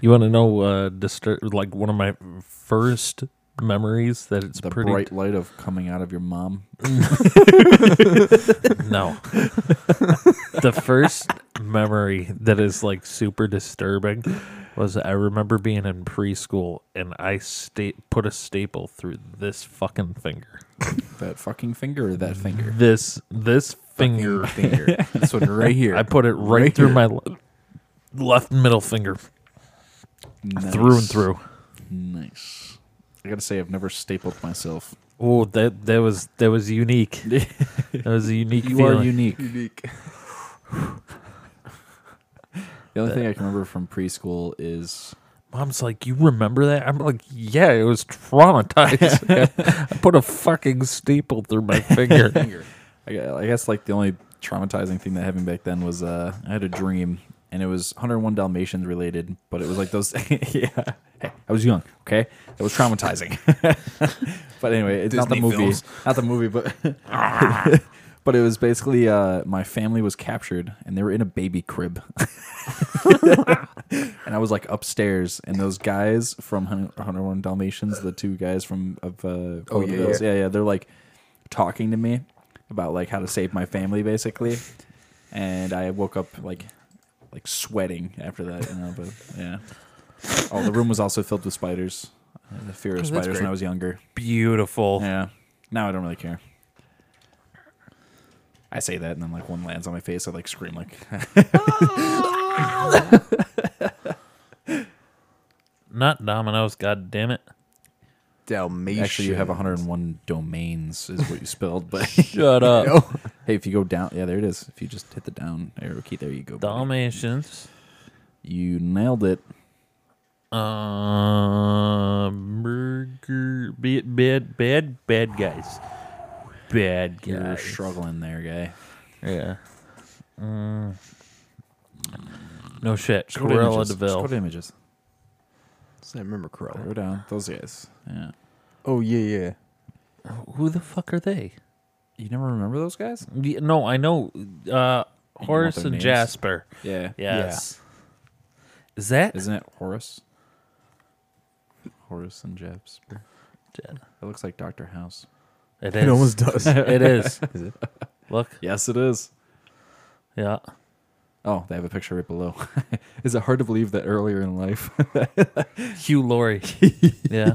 You want to know? Uh, distur- like one of my first memories that it's the pretty. bright light of coming out of your mom. no. the first memory that is like super disturbing was I remember being in preschool and I sta- put a staple through this fucking finger. That fucking finger or that finger? This this finger. finger. This one right here. I put it right, Right through here. my le- left middle finger, through and Nice. through. Nice. I gotta say, I've never stapled myself. Oh, that that was that was unique. that was a unique You feeling. are unique. Unique. The only thing I can remember from preschool is Mom's like, you remember that? I'm like, yeah, it was traumatized. I put a fucking staple through my finger. Finger. I gue- I guess like the only traumatizing thing that happened back then was uh, I had a dream and it was 101 Dalmatians related, but it was like those. yeah, hey, I was young. Okay, it was traumatizing. but anyway, it's not the Disney movie, films. not the movie, but but it was basically uh, my family was captured and they were in a baby crib, and I was like upstairs, and those guys from 100 101 Dalmatians, the two guys from of uh, Oh, yeah, Cloverdale, yeah, yeah, they're like talking to me about like how to save my family basically and i woke up like like sweating after that you know but yeah oh the room was also filled with spiders I had the fear of Oh, that's spiders when great. i was younger Beautiful. yeah now i don't really care i say that and then like one lands on my face i like scream like Not Domino's, god damn it. Dalmatian. actually you have 101 domains is what you spelled but Shut up. hey if you go down yeah there it is if you just hit the down arrow key there you go buddy. Dalmatians. you nailed it Uh, burger, bad, bad, bad, bad guys, bad guys. You're struggling there, guy. Yeah. Mm. No shit. Just go to Cruella images. Just go Deville. to images. I remember Go Corella. down. Those guys. Yeah. Oh yeah, yeah. Who the fuck are they? You never remember those guys? Y- No, I know. Uh, Horace their and names? Jasper. Yeah. Yes. Is that? Isn't it Horace? Horace and Jasper. Ja- It looks like Doctor House. It is. It almost does. it is. Look. Yes, it is. Yeah. Oh, they have a picture right below. is it hard to believe that earlier in life Hugh Laurie. yeah.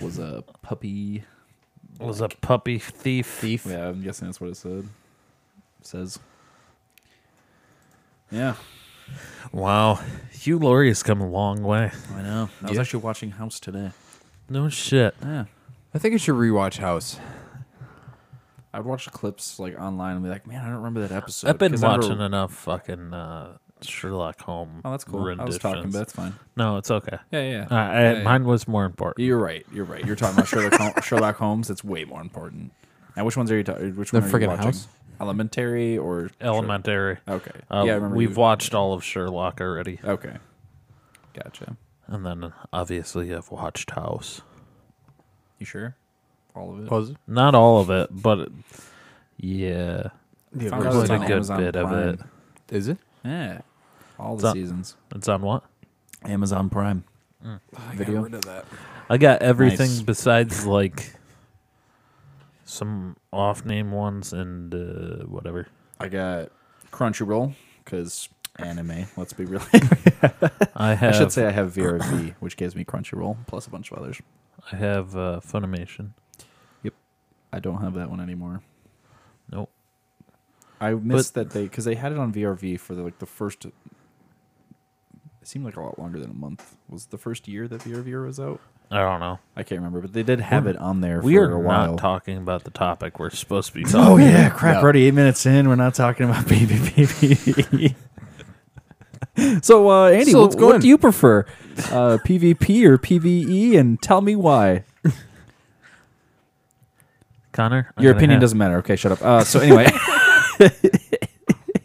was a puppy? Was a puppy thief. Thief. Yeah, I'm guessing that's what it said. Says. Yeah, Wow. Hugh Laurie has come a long way. I know. I was Yeah. actually watching House today. No shit. Yeah, I think I should rewatch House. I'd watch clips like online and be like, "Man, I don't remember that episode." I've been 'Cause I remember- watching enough fucking uh, Sherlock Holmes. Oh, that's cool. I was talking, but renditions. that's fine. No, it's okay. Yeah, yeah. Uh, I, yeah. Mine was more important. You're right. You're right. You're talking about Sherlock, Hol- Sherlock Holmes. It's way more important. Now, which ones are you talking? Which The one are you friggin' watching? house? Elementary or Elementary. Okay. Uh, yeah, I remember. we've you- watched all of Sherlock already, Okay. Gotcha. and then obviously I've watched House. You sure? All of it. Pause. Not all of it, but yeah, Yeah, Found there's out it's a on good Amazon bit Prime. of it. Is it? Yeah. All It's the on- seasons. It's on what? Amazon Prime. Video? rid of that. I got everything Nice. besides like some off name ones and uh, whatever. I got Crunchyroll because anime. Let's be real. I I have I, should say I have VRV, which gives me Crunchyroll plus a bunch of others. have uh, Funimation. I don't have that one anymore. Nope. I missed that they because they had it on VRV for the, like the first. It seemed like a lot longer than a month. Was it the first year that VRV was out? I don't know. I can't remember, but they did have it on there We for are a while. not talking about the topic we're supposed to be talking. Oh yeah, crap! No. Already eight minutes in, we're not talking about baby baby. so uh, Andy, So what, let's go what in. do you prefer, uh, PvP or PVE? And tell me why. Connor, I'm Your gonna opinion have- doesn't matter. Okay, shut up. Uh, so anyway,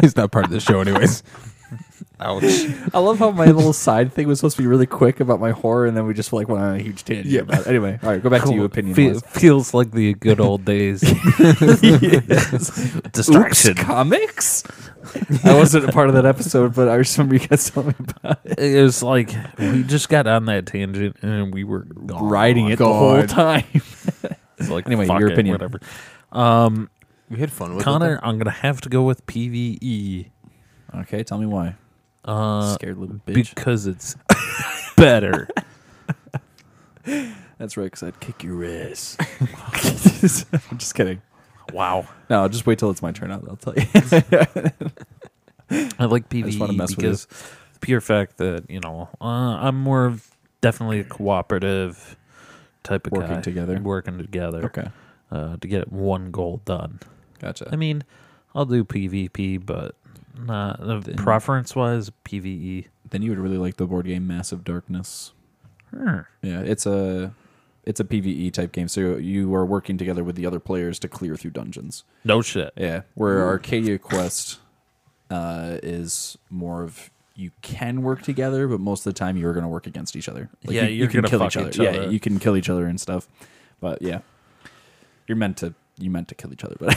He's not part of the show, anyways. Ouch. I love how my little side thing was supposed to be really quick about my horror, and then we just like went on a huge tangent. Yeah. about it. Anyway, all right, go back to your opinion. Fe- wise. feels like the good old days. Oops, Distraction. comics. I wasn't a part of that episode, but I just remember you guys telling me about it was like we just got on that tangent and we were gone. riding it the whole God. time. It's like Anyway, fuck your it, opinion. whatever. Um, We had fun with Connor, I'm gonna have to go with PVE Okay, tell me why. uh, Scared little bitch. because it's better. That's right, because I'd kick your ass. I'm just kidding. wow, No, just wait till it's my turn. I'll, I'll tell you. I like just wanna PVE mess with you. because the pure fact that you know uh, I'm more of definitely a cooperative type of Working guy. together. working together uh, to get one goal done. gotcha. I mean, I'll do PvP, but not uh, Then- preference wise PVE. then you would really like the board game Massive Darkness. Hmm. Yeah, it's a it's a PVE type game. So you are working together with the other players to clear through dungeons. No shit. Yeah, where Arcadia Quest uh, is more of you can work together, but most of the time you're going to work against each other. Yeah, you, you're gonna kill fuck each other. each Yeah, other. you can kill each other and stuff. But yeah, you're meant to you meant to kill each other. But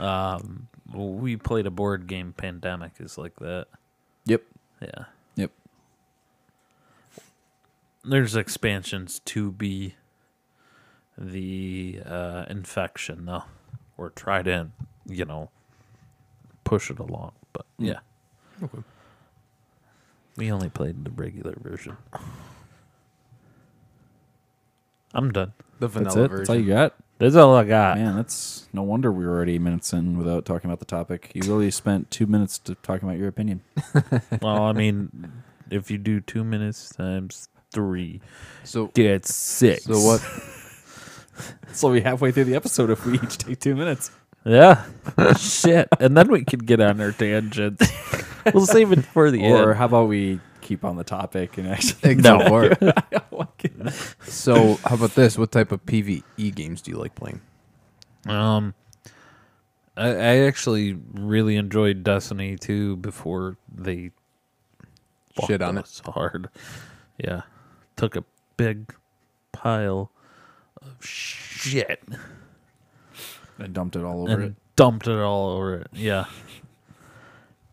Um, we played a board game. Pandemic is like that. yep, Yeah. Yep. There's expansions to be the uh, infection though, or try to you know push it along. But Mm. yeah, we only played the regular version. I'm done. the vanilla that's it. version. That's all you got. That's all I got. Man, that's no wonder we were already eight minutes in without talking about the topic. You really spent two minutes to talking about your opinion. Well, I mean, if you do two minutes times three, so that's six. so what? So we halfway through the episode if we each take two minutes. Yeah. Shit. And then we could get on our tangents. we'll save it for the or end. how about we keep on the topic and actually No. so how about this? What type of PVE games do you like playing? Um, I, I actually really enjoyed Destiny 2 before they Shit fucked on it. us hard. Yeah, took a big pile of shit and dumped it all over and dumped it all over it. Yeah.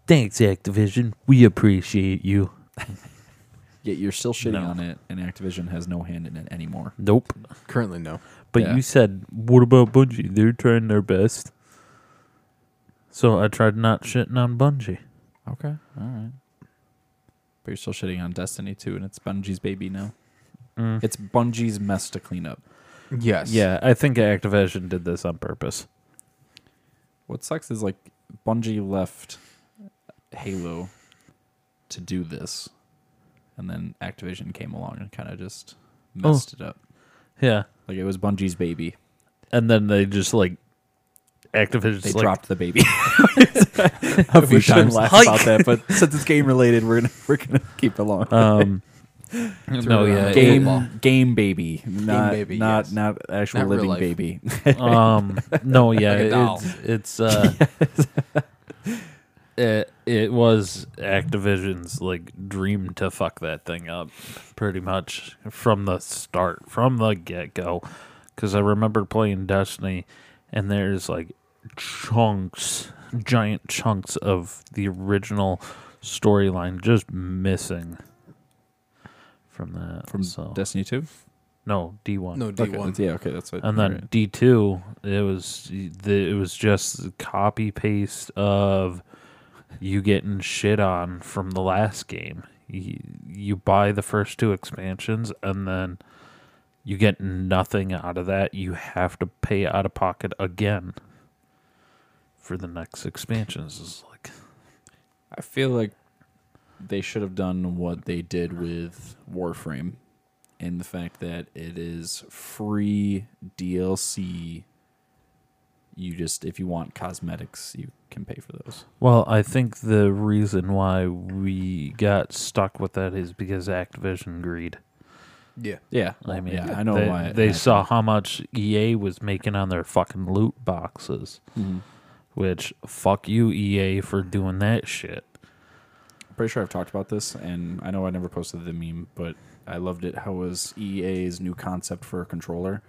Thanks, Activision. We appreciate you. Yet you're still shitting No. on it, and Activision has no hand in it anymore. Nope. Currently, no. But Yeah. you said, what about Bungie? They're trying their best. So I tried not shitting on Bungie. Okay, all right. But you're still shitting on Destiny too, and it's Bungie's baby now. Mm. It's Bungie's mess to clean up. Yes. Yeah, I think Activision did this on purpose. What sucks is like Bungie left Halo to do this, and then Activision came along and kind of just messed it up. Yeah. Like it was Bungie's baby. And then they just like Activision's They like dropped the baby. a few shouldn't times laugh like- about that, but since it's game related, we're gonna we're gonna keep it along. um no, it yeah. on. game football. game baby, not baby, not yes. not actual Not real living life. baby. it- um no, yeah. Like a doll. it's it's uh It, it was Activision's like dream to fuck that thing up pretty much from the start, from the get go. Because I remember playing Destiny, and there's like chunks, giant chunks of the original storyline just missing from that. From so. Destiny Two. no D1. No D one. Yeah, okay, that's what. And then alright. D two, it was the, it was just copy paste of you getting shit on from the last game. You, you buy the first two expansions, and then you get nothing out of that. You have to pay out of pocket again for the next expansions. It's like I feel like they should have done what they did with Warframe in the fact that it is free DLC. You just if you want cosmetics, you can pay for those. Well, I think the reason why we got stuck with that is because Activision greed. Yeah. Yeah. I mean, yeah, I know they, why. it they happened. saw how much EA was making on their fucking loot boxes, Mhm. which fuck you EA for doing that shit. pretty sure I've talked about this, and I know I never posted the meme, but I loved it. How it was EA's new concept for a controller?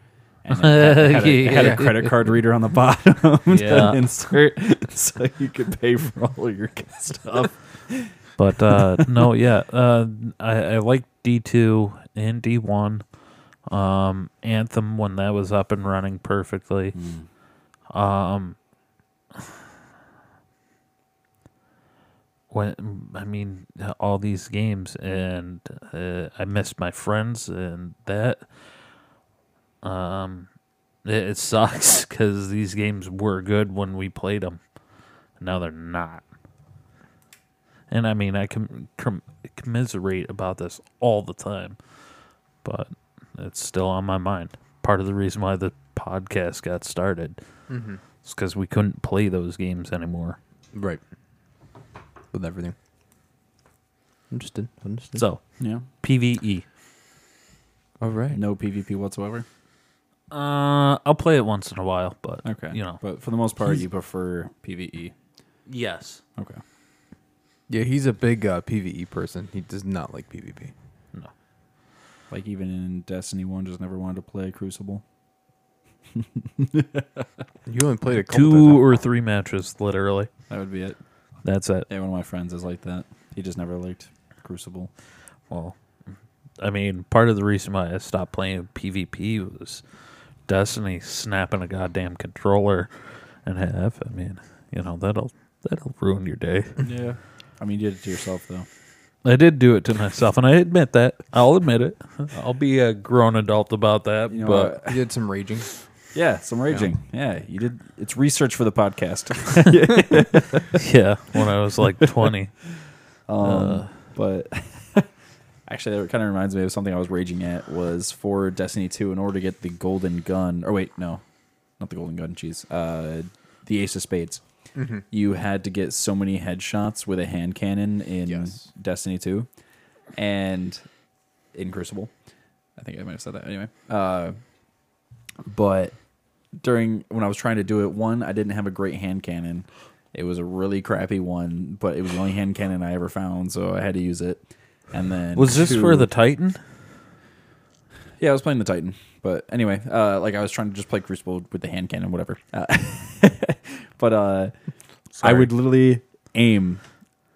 And it had, it had a, it had a Yeah. credit card reader on the bottom Yeah. to insert, so you could pay for all your stuff. But uh, no, yeah, uh, I, I like D two and D one. Um, Anthem when that was up and running perfectly. Um, when I mean all these games, and uh, I miss my friends, and that. Um, it, it sucks because these games were good when we played them. Now they're not. And I mean, I com- com- commiserate about this all the time, but it's still on my mind. Part of the reason why the podcast got started Mm-hmm. is because we couldn't play those games anymore. Right. With everything. Understood. Understood. So E. Yeah. PVE, All right. No PvP whatsoever. uh, I'll play it once in a while, but Okay. you know, But for the most part, you prefer PvE. yes, Okay. Yeah, he's a big uh, PVE person. He does not like PvP. no, Like even in Destiny 1, just never wanted to play Crucible. You only played a couple two or three matches, literally. That would be it. That's it. Yeah, one of my friends is like that. He just never liked Crucible. Well, I mean, part of the reason why I stopped playing PvP was Destiny snapping a goddamn controller in half. I mean, you know that'll that'll ruin your day. yeah. I mean, you did it to yourself, though. I did do it to myself, and I admit that. I'll admit it. I'll be a grown adult about that. You know but what? You did some raging. Yeah, some raging. Yeah. you did. It's research for the podcast. yeah, when I was like twenty, Um, Uh. but actually, that kind of reminds me of something I was raging at was for Destiny 2 in order to get the golden gun. Or wait, no, not the golden gun. Jeez, uh, the Ace of Spades. you had to get so many headshots with a hand cannon in Yes. Destiny 2 and in Crucible. I think I might have said that anyway. Uh, but during when I was trying to do it, one, I didn't have a great hand cannon. It was a really crappy one, but it was the only hand cannon I ever found, so I had to use it. And then Was this for two- the Titan? yeah, I was playing the Titan, but anyway, uh, like I was trying to just play Crucible with the hand cannon, whatever. Uh, but uh, I would literally aim,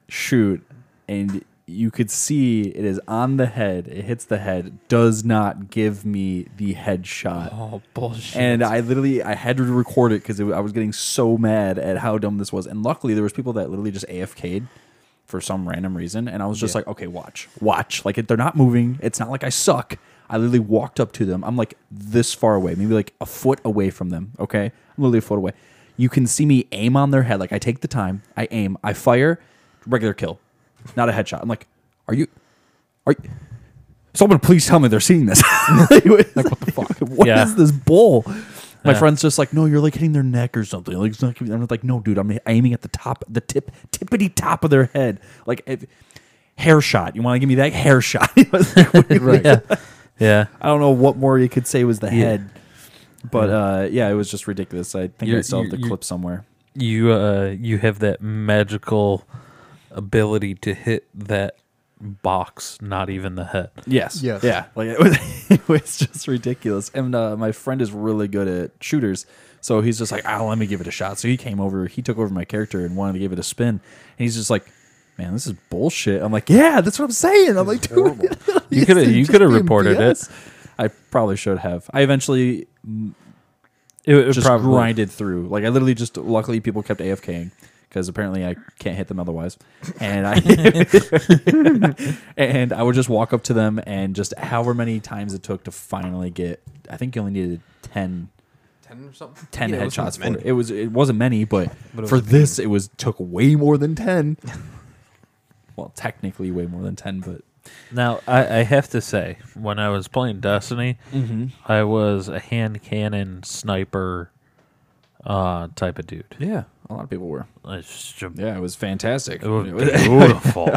shoot, and you could see it is on the head. It hits the head, does not give me the headshot. Oh bullshit! And I literally, I had to record it because I was getting so mad at how dumb this was. And luckily, there was people that literally just AFK'd for some random reason, and I was just Yeah. like, okay, watch, watch. Like they're not moving. It's not like I suck. I literally walked up to them. I'm like this far away, maybe like a foot away from them. Okay, I'm literally a foot away. You can see me aim on their head. Like I take the time, I aim, I fire, regular kill, not a headshot. I'm like, are you, are you? Someone please tell me they're seeing this. like what the fuck? What is Yeah. this bull? My Yeah. friend's just like, no, you're like hitting their neck or something. Like, it's not giving. I'm like, no, dude, I'm aiming at the top, the tip, tippity top of their head. Like, if, hair shot. You want to give me that hair shot? It was like, what do you- right. Yeah. yeah. I don't know what more you could say was the head, but uh, yeah, it was just ridiculous. I think I You're- still have the you're- you're- clip somewhere. You uh you have that magical ability to hit that box, not even the head. Yes. Yes. Yeah. Like it was, it was just ridiculous. And uh, my friend is really good at shooters, so he's just like, "Ah, let me give it a shot." So he came over, he took over my character and wanted to give it a spin, and he's just like, "Man, this is bullshit." I'm like, "Yeah, that's what I'm saying." I'm like, "Dude, You could have you could have reported it. I probably should have." I eventually It, it just probably grinded through. Like I literally just luckily people kept AFKing because apparently I can't hit them otherwise, and I and I would just walk up to them and just however many times it took to finally get. I think you only needed 10, ten or something. 10 Yeah, it wasn't headshots many. for it. It was it wasn't many, but, But it for was a this it was took way more than ten. well, technically way more than ten, but Now I, I have to say, when I was playing Destiny, I was a hand cannon sniper uh type of dude. yeah, a lot of people were. It's just Yeah, it was fantastic. It was beautiful.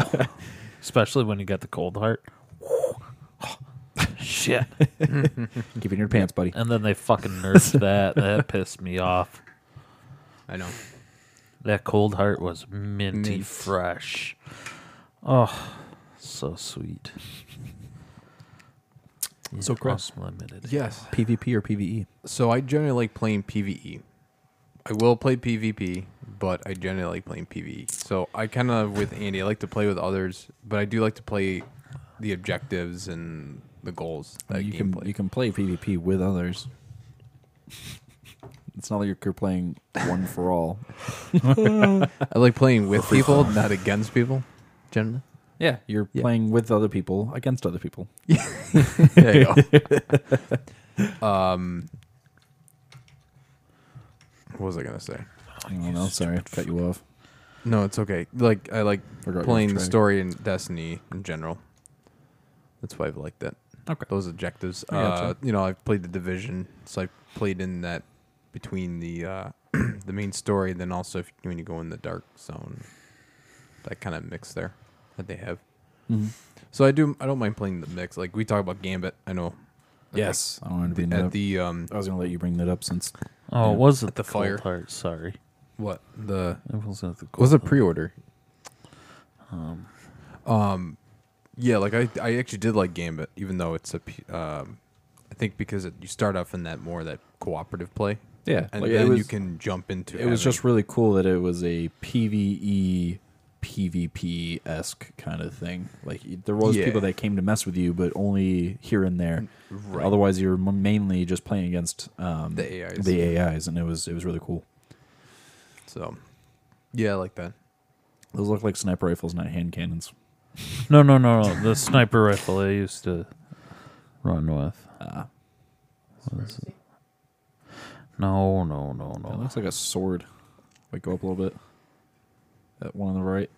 Especially when you got the cold heart. Shit. Keeping your pants, buddy. And then they fucking nerfed that. That pissed me off. I know. That cold heart was minty Mint. fresh. Oh, so sweet. So, Chris. Unlimited. Yes. PvP or E? PVE? So I generally like playing PVE. I will play PvP, but I generally like playing PVE. So I kind of with Andy, I like to play with others, but I do like to play the objectives and the goals that you can game play. you can play PvP with others. It's not like you're playing one for all. I like playing with people, not against people. Generally, Yeah, you're Yeah. playing with other people against other people. there you go. um, what was I gonna say? I don't know. Sorry, cut you off. No, it's okay. Like I like Or got you off playing the track. story and Destiny in general. That's why I've liked that. Okay. Those objectives. I gotcha. Uh, you know, I've played the division, so I played in that between the uh, the main story, and then also if, when you go in the dark zone, that kind of mix there that they have. Mm-hmm. So I do. I don't mind playing the mix. Like we talk about Gambit. I know. at Yes, I wanted to the- bring that At up. the um, I was gonna let you bring that up since. Oh, it wasn't At the the, cold fire. heart. Sorry. what the It wasn't the cold was a heart. pre-order. Um, Um, yeah, like I, I actually did like Gambit, even though it's a, p- um, I think because it, you start off in that more that cooperative play, Yeah, and like, it then was, you can jump into. It was having- just really cool that it was a E, PVE, PvP esque kind of thing. Like y- there was Yeah. people that came to mess with you, but only here and there. Right. Otherwise, you're m- mainly just playing against um, The AIs. The AIs, and it was it was really cool. so, yeah, I like that. Those look like sniper rifles, not hand cannons. no, no, no, no. The sniper rifle I used to run with. Ah, Uh, was- No, no, no, that no. looks like a sword. Wait, go up a little bit. That one on the right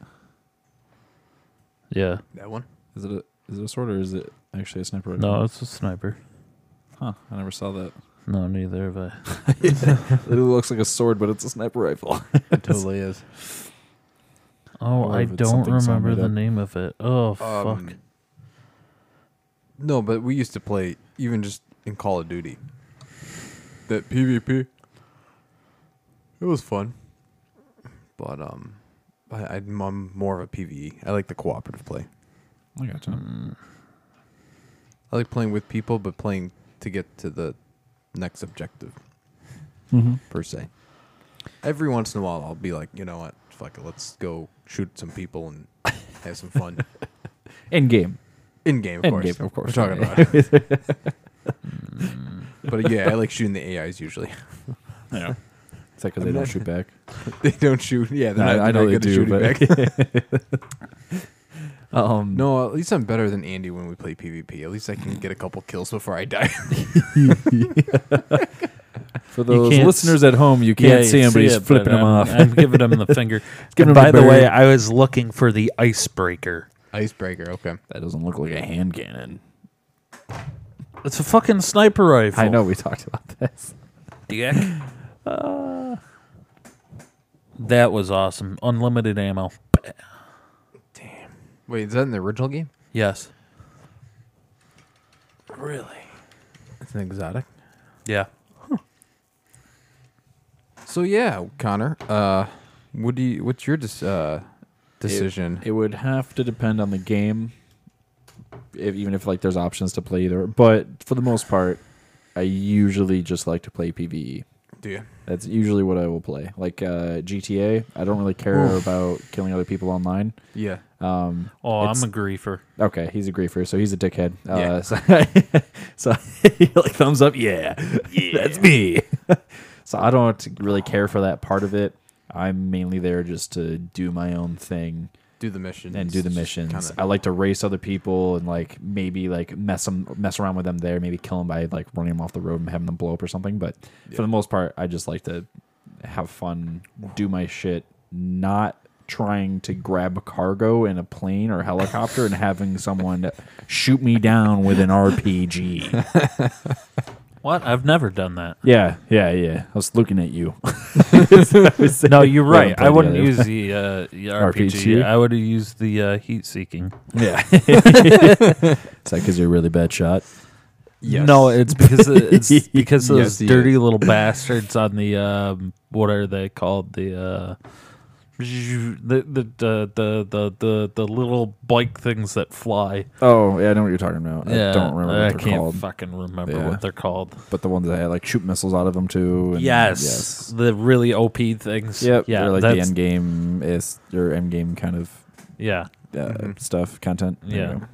Yeah. That one. is it a is it a sword or is it actually a sniper rifle? No, it's a sniper. Huh? I never saw that. No, neither have I. it looks like a sword, but it's a sniper rifle. It totally is. Oh, Or I if it's don't something someone remember made the up. name of it. Oh, fuck. Um, No, but we used to play even just in Call of Duty. That PvP. It was fun. But um I, I'm I'm more of a PvE. I like the cooperative play. I gotcha. I like playing with people but playing to get to the next objective Mm-hmm. per se. Every once in a while I'll be like, you know what, fuck it, let's go shoot some people and have some fun. End game. In game, of End course. game, of course. We're talking about it. but yeah, I like shooting the AIs usually. Yeah. Is that because they I'm don't not- shoot back? they don't shoot. Yeah, they're No, not, I know they're not they do, good at shooting back. Um, no, at least I'm better than Andy when we play PvP. At least I can get a couple kills before I die. For those can't listeners at home, you Yeah, can't you see him, but um, he's it, flipping him I'm- off. I'm giving him the finger. and giving him by the the way, bird. I was looking for the icebreaker. Icebreaker. Okay. That doesn't look like a hand cannon. It's a fucking sniper rifle. I know we talked about this. Dick. that was awesome. Unlimited ammo. Wait, is that in the original game? Yes. Really? It's an exotic. Yeah. So yeah, Connor. Uh, what do you? What's your dis- uh, decision? It would have to depend on the game, if, even if like there's options to play either. But for the most part, I usually just like to play PVE. do you? That's usually what I will play. Like uh, GTA, I don't really care about killing other people online. Yeah. Um, Oh, It's- I'm a griefer. Okay, he's a griefer, so he's a dickhead. Yeah. Uh, so so like thumbs up, yeah, that's me. so I don't really care for that part of it. I'm mainly there just to do my own thing Do the mission and do the missions. Uh, I like to race other people and like maybe like mess them, mess around with them there, maybe kill them by like running them off the road and having them blow up or something. But Yeah. for the most part, I just like to have fun, do my shit, not trying to grab cargo in a plane or helicopter and having someone shoot me down with an RPG. What? I've never done that. yeah, yeah, yeah. I was looking at you. No, you're right. I played wouldn't together. use the, uh, the RPG. RPG? I would have used the uh, heat seeking. yeah. Is that because you're a really bad shot? Yes. No, it's because it's because Yes, those he dirty is. little bastards on the um, what are they called the uh, the, the, the the the the the little bike things that fly. Oh, yeah, I know what you're talking about. I don't remember what I they're can't called. fucking remember Yeah. what they're called. but the ones that had like shoot missiles out of them too. And Yes, Yes. the really OP things. Yep. yeah, They're like the that's- end game is your end game kind of Yeah, uh, Mhm. stuff content. There you Yeah. go.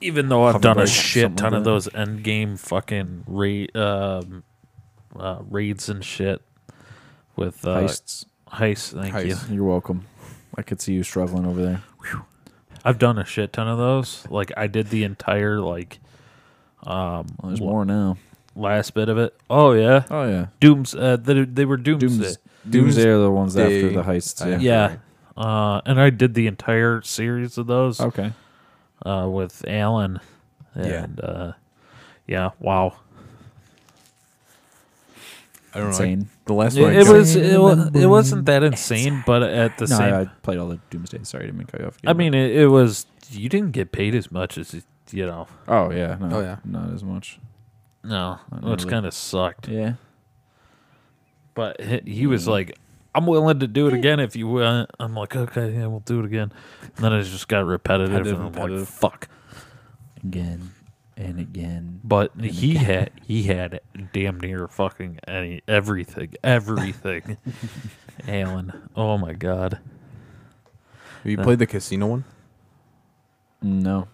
even though I've done a Hoverbike, shit something ton like of that. those end game fucking raid um, uh, raids and shit with uh, heists. Heists. thank you. Heist. You're welcome. I could see you struggling over there. I've done a shit ton of those. Like I did the entire like um Well, there's l- more now. last bit of it. Oh yeah. Oh yeah. Dooms uh they, they were doomsday. Dooms. Doomsday are the ones after Doomsday. the heists. Yeah. Yeah. Uh and I did the entire series of those Okay. uh with Alan Yeah. and uh yeah, wow. I don't know. Insane. The last It, one. I it got- was it, wa- it wasn't that insane, but at the no, same I, I played all the Doomsday. Sorry to make you off. I mean it, it was you didn't get paid as much as you know. Oh yeah. No, Oh, yeah. Not as much. No, Not which really. kind of sucked. Yeah. But he, he Mm-hmm. was like, I'm willing to do it again if you want. I'm like, okay, yeah, we'll do it again. And then it just got repetitive. Repetitive, and I'm repetitive. like, fuck. Again and again. But And he had he had damn near fucking any everything, everything. Alan, oh my god, Have you played the casino one? No,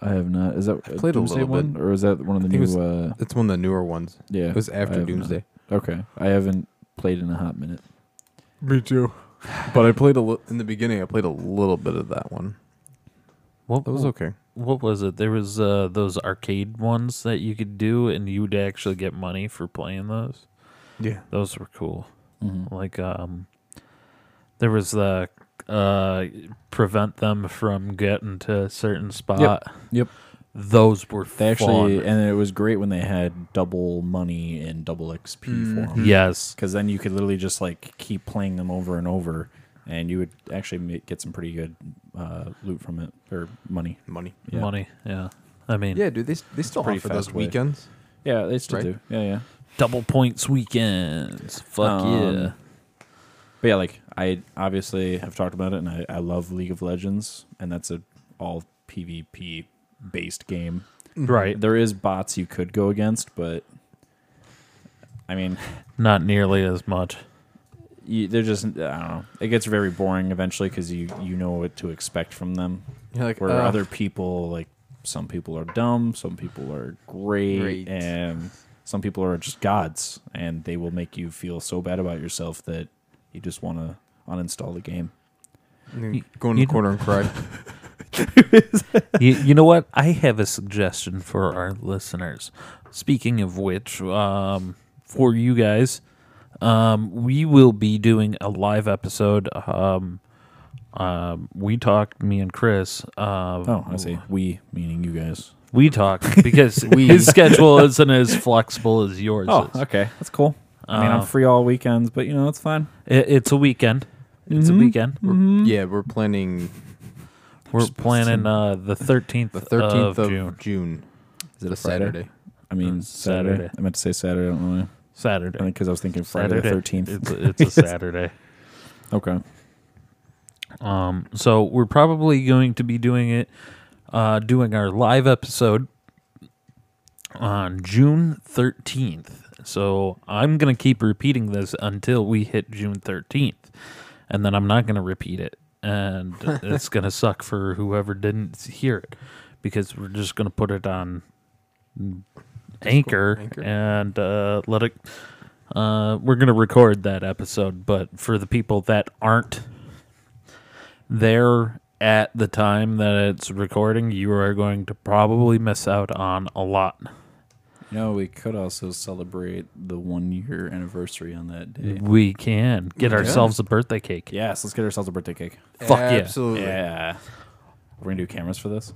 I have not. Is that I played a little one, bit. or is that one of the think new? it was- uh, It's one of the newer ones. yeah, It was I after have Doomsday. not. Okay, I haven't played in a hot minute. Me too. But I played a li- in the beginning. I played a little bit of that one. Oh. what That was okay. what was it? There was uh, those arcade ones that you could do, and you would actually get money for playing those. Yeah. Those were cool. Mhm. like um there was the uh prevent them from getting to a certain spot yep. Those were They actually, fun. and it was great when they had double money and double XP Mm-hmm. for them. yes, Because then you could literally just like keep playing them over and over, and you would actually ma- get some pretty good uh, loot from it or money. Money. Yeah. money. Yeah, I mean, Yeah, dude. They, s- they still pretty offer those fast way. weekends. Yeah, they still Right. do. Yeah, yeah. double points weekends. Fuck Um, yeah. But yeah, like I obviously have talked about it, and I, I love League of Legends, and that's a all PvP based game. Right. There is bots you could go against, but I mean, Not nearly as much. you, they're just I don't know. It gets very boring eventually because you you know what to expect from them. You're like, uh, Where "Ugh." other people, like some people are dumb, some people are great, Great. and some people are just gods, and they will make you feel so bad about yourself that you just want to uninstall the game. And then You- go in the you- corner and cry. you, you know what? I have a suggestion for our listeners. Speaking of which, um, for you guys, um, we will be doing a live episode. Um, um, we talked, me and Chris. Um, Oh, I see. We meaning you guys. We talked because We. his schedule isn't as flexible as yours. is. Oh, okay, that's cool. I mean, I'm Uh, free all weekends, but you know, it's fine. It, it's a weekend. It's Mm-hmm. a weekend. We're- Yeah, we're planning We're planning uh, the 13th, the 13th of, of, June. June. Is it a Mm, Friday? Saturday? I mean, Saturday. Saturday. I meant to say Saturday. I don't know. why. Saturday. I think because I was thinking Friday Saturday. the thirteenth. It's a, it's a Saturday. Okay. Um, so we're probably going to be doing it, uh, doing our live episode on June 13th. So I'm going to keep repeating this until we hit June 13th. And then I'm not going to repeat it. And it's going to suck for whoever didn't hear it because we're just going to put it on Anchor, Anchor. and uh, let it. Uh, we're going to record that episode, but for the people that aren't there at the time that it's recording, you are going to probably miss out on a lot. You know, we could also celebrate the one year anniversary on that day. We can get ourselves a birthday cake. Mm. Yes, let's get ourselves a birthday cake. Fuck yeah. Absolutely. Yeah. We're gonna do cameras for this.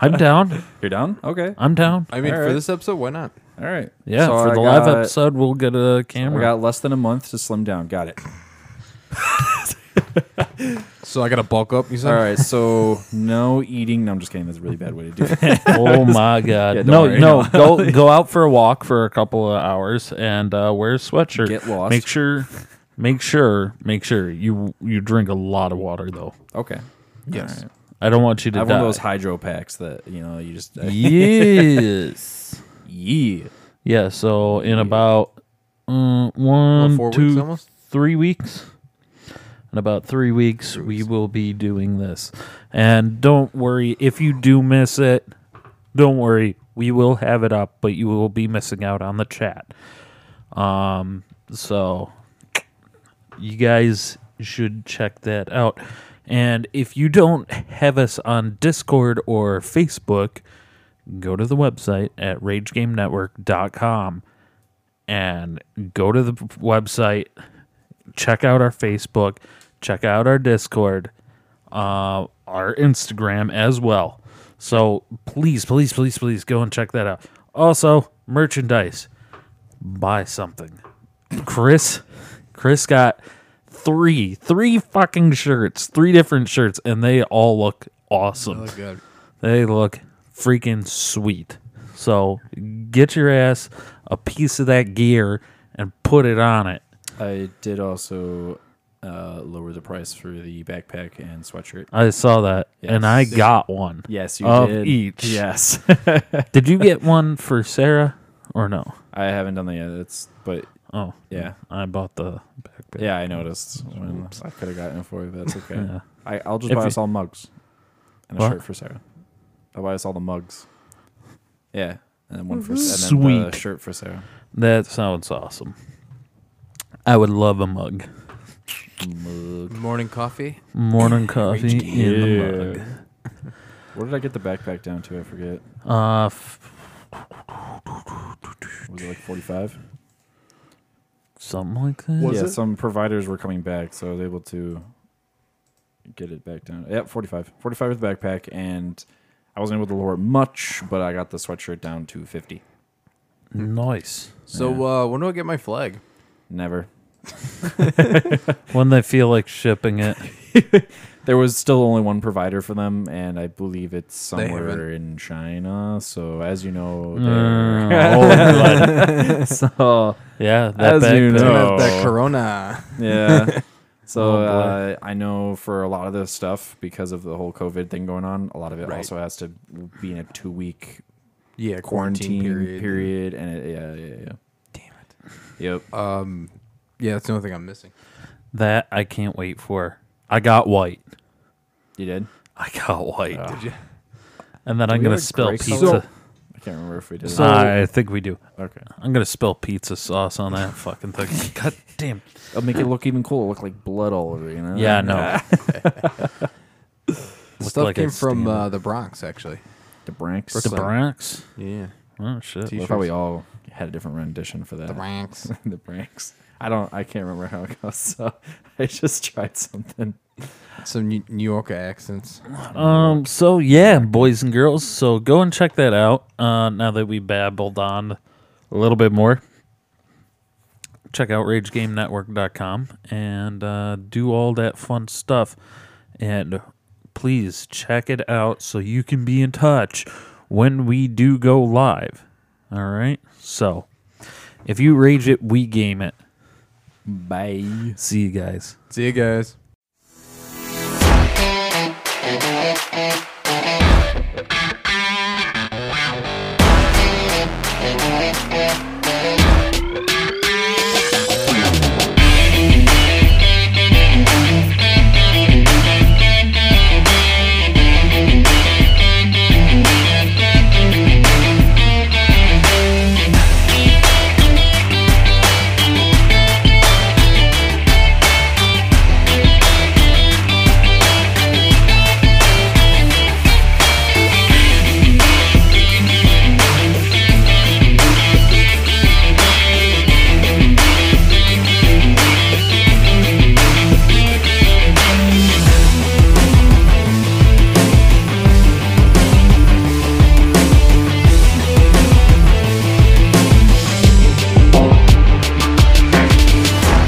I'm down. You're down? Okay. I'm down. I mean, All for right. this episode, why not? All right. Yeah, So for I the live got- episode, we'll get a I camera. got less than a month to slim down. Got it. So I got to bulk up, you said? All right. So no eating. No, I'm just kidding. That's a really bad way to do it. oh my god! Yeah, don't no, worry. no, go go out for a walk for a couple of hours and uh, wear a sweatshirt. Get lost. Make sure, make sure, make sure you you drink a lot of water though. okay. Yes. All right. I don't want you to I have die. one of those hydro packs that you know you just uh, yes. yeah. Yeah. So in about uh, Well, one, four two, weeks almost? three weeks. In about three weeks, we will be doing this. And don't worry if you do miss it. Don't worry, we will have it up, but you will be missing out on the chat. Um, so you guys should check that out. And if you don't have us on Discord or Facebook, go to the website at ragegamenetwork.com and go to the website, check out our Facebook, check out our Discord, uh, our Instagram as well. So please, please, please, please go and check that out. Also, merchandise. Buy something. Chris, Chris got three, three fucking shirts, three different shirts, and they all look awesome. Oh, God. They look freaking sweet. So get your ass a piece of that gear and put it on it. I did also uh, lower the price for the backpack and sweatshirt. I saw that and I Yes. got one. Yes, you Of did. each. Yes. Did you get one for Sarah or no? I haven't done that yet. It's but Oh, yeah, I bought the backpack. yeah. I noticed. When I could have gotten it for you, but it's okay. Yeah. I, I'll just If buy you- us all mugs and a What? shirt for Sarah. I'll buy us all the mugs. Yeah, and then one for Sweet. and then the Mm-hmm. Sweet. shirt for Sarah. That sounds awesome. I would love a mug. Morning coffee? Morning coffee in the mug. What did I get the backpack down to? I forget. Uh, f- Was it like forty-five? something like that. Was yeah, it? some providers were coming back, so I was able to get it back down. Yeah, 45. 45 with the backpack, and I wasn't able to lower it much, but I got the sweatshirt down to 50. Nice. So uh, when do I get my flag? Never. When they feel like shipping it. There was still only one provider for them, and I believe it's They haven't- somewhere in China. So as you know, Mm, they're- oh, blood. so yeah, that As back pain. you know. Turn No. off That corona. yeah. So Oh, boy. uh, I know for a lot of this stuff because of the whole COVID thing going on, a lot of it Right. also has to be in a two week Yeah, quarantine, quarantine, period. and it, yeah, yeah, yeah. Damn it. Yep. Um, yeah, that's the only thing I'm missing. That I can't wait for. I got white. You did. I got white. Did you- And then Do I'm we going to have a spill gray pizza. color? I can't remember if we did. So- I think we do. okay. I'm going to spill pizza sauce on that fucking thing. God damn. It'll make it look even cooler. Look like blood all over. You know. Yeah, no. The Looked stuff like I came from stand uh, up. the Bronx, actually. The branks. The Bronx. Yeah, Oh, shit. T- I thought we all had a different rendition for that. the Bronx. the branks. I don't. I can't remember how it goes. So I just tried something. Some New New York accents. Um. So yeah, boys and girls. So go and check that out. Uh, now that we babbled on a little bit more, check out RageGameNetwork.com and uh, do all that fun stuff. And please check it out so you can be in touch when we do go live. All right. So if you rage it, we game it. Bye. See you guys. See you guys.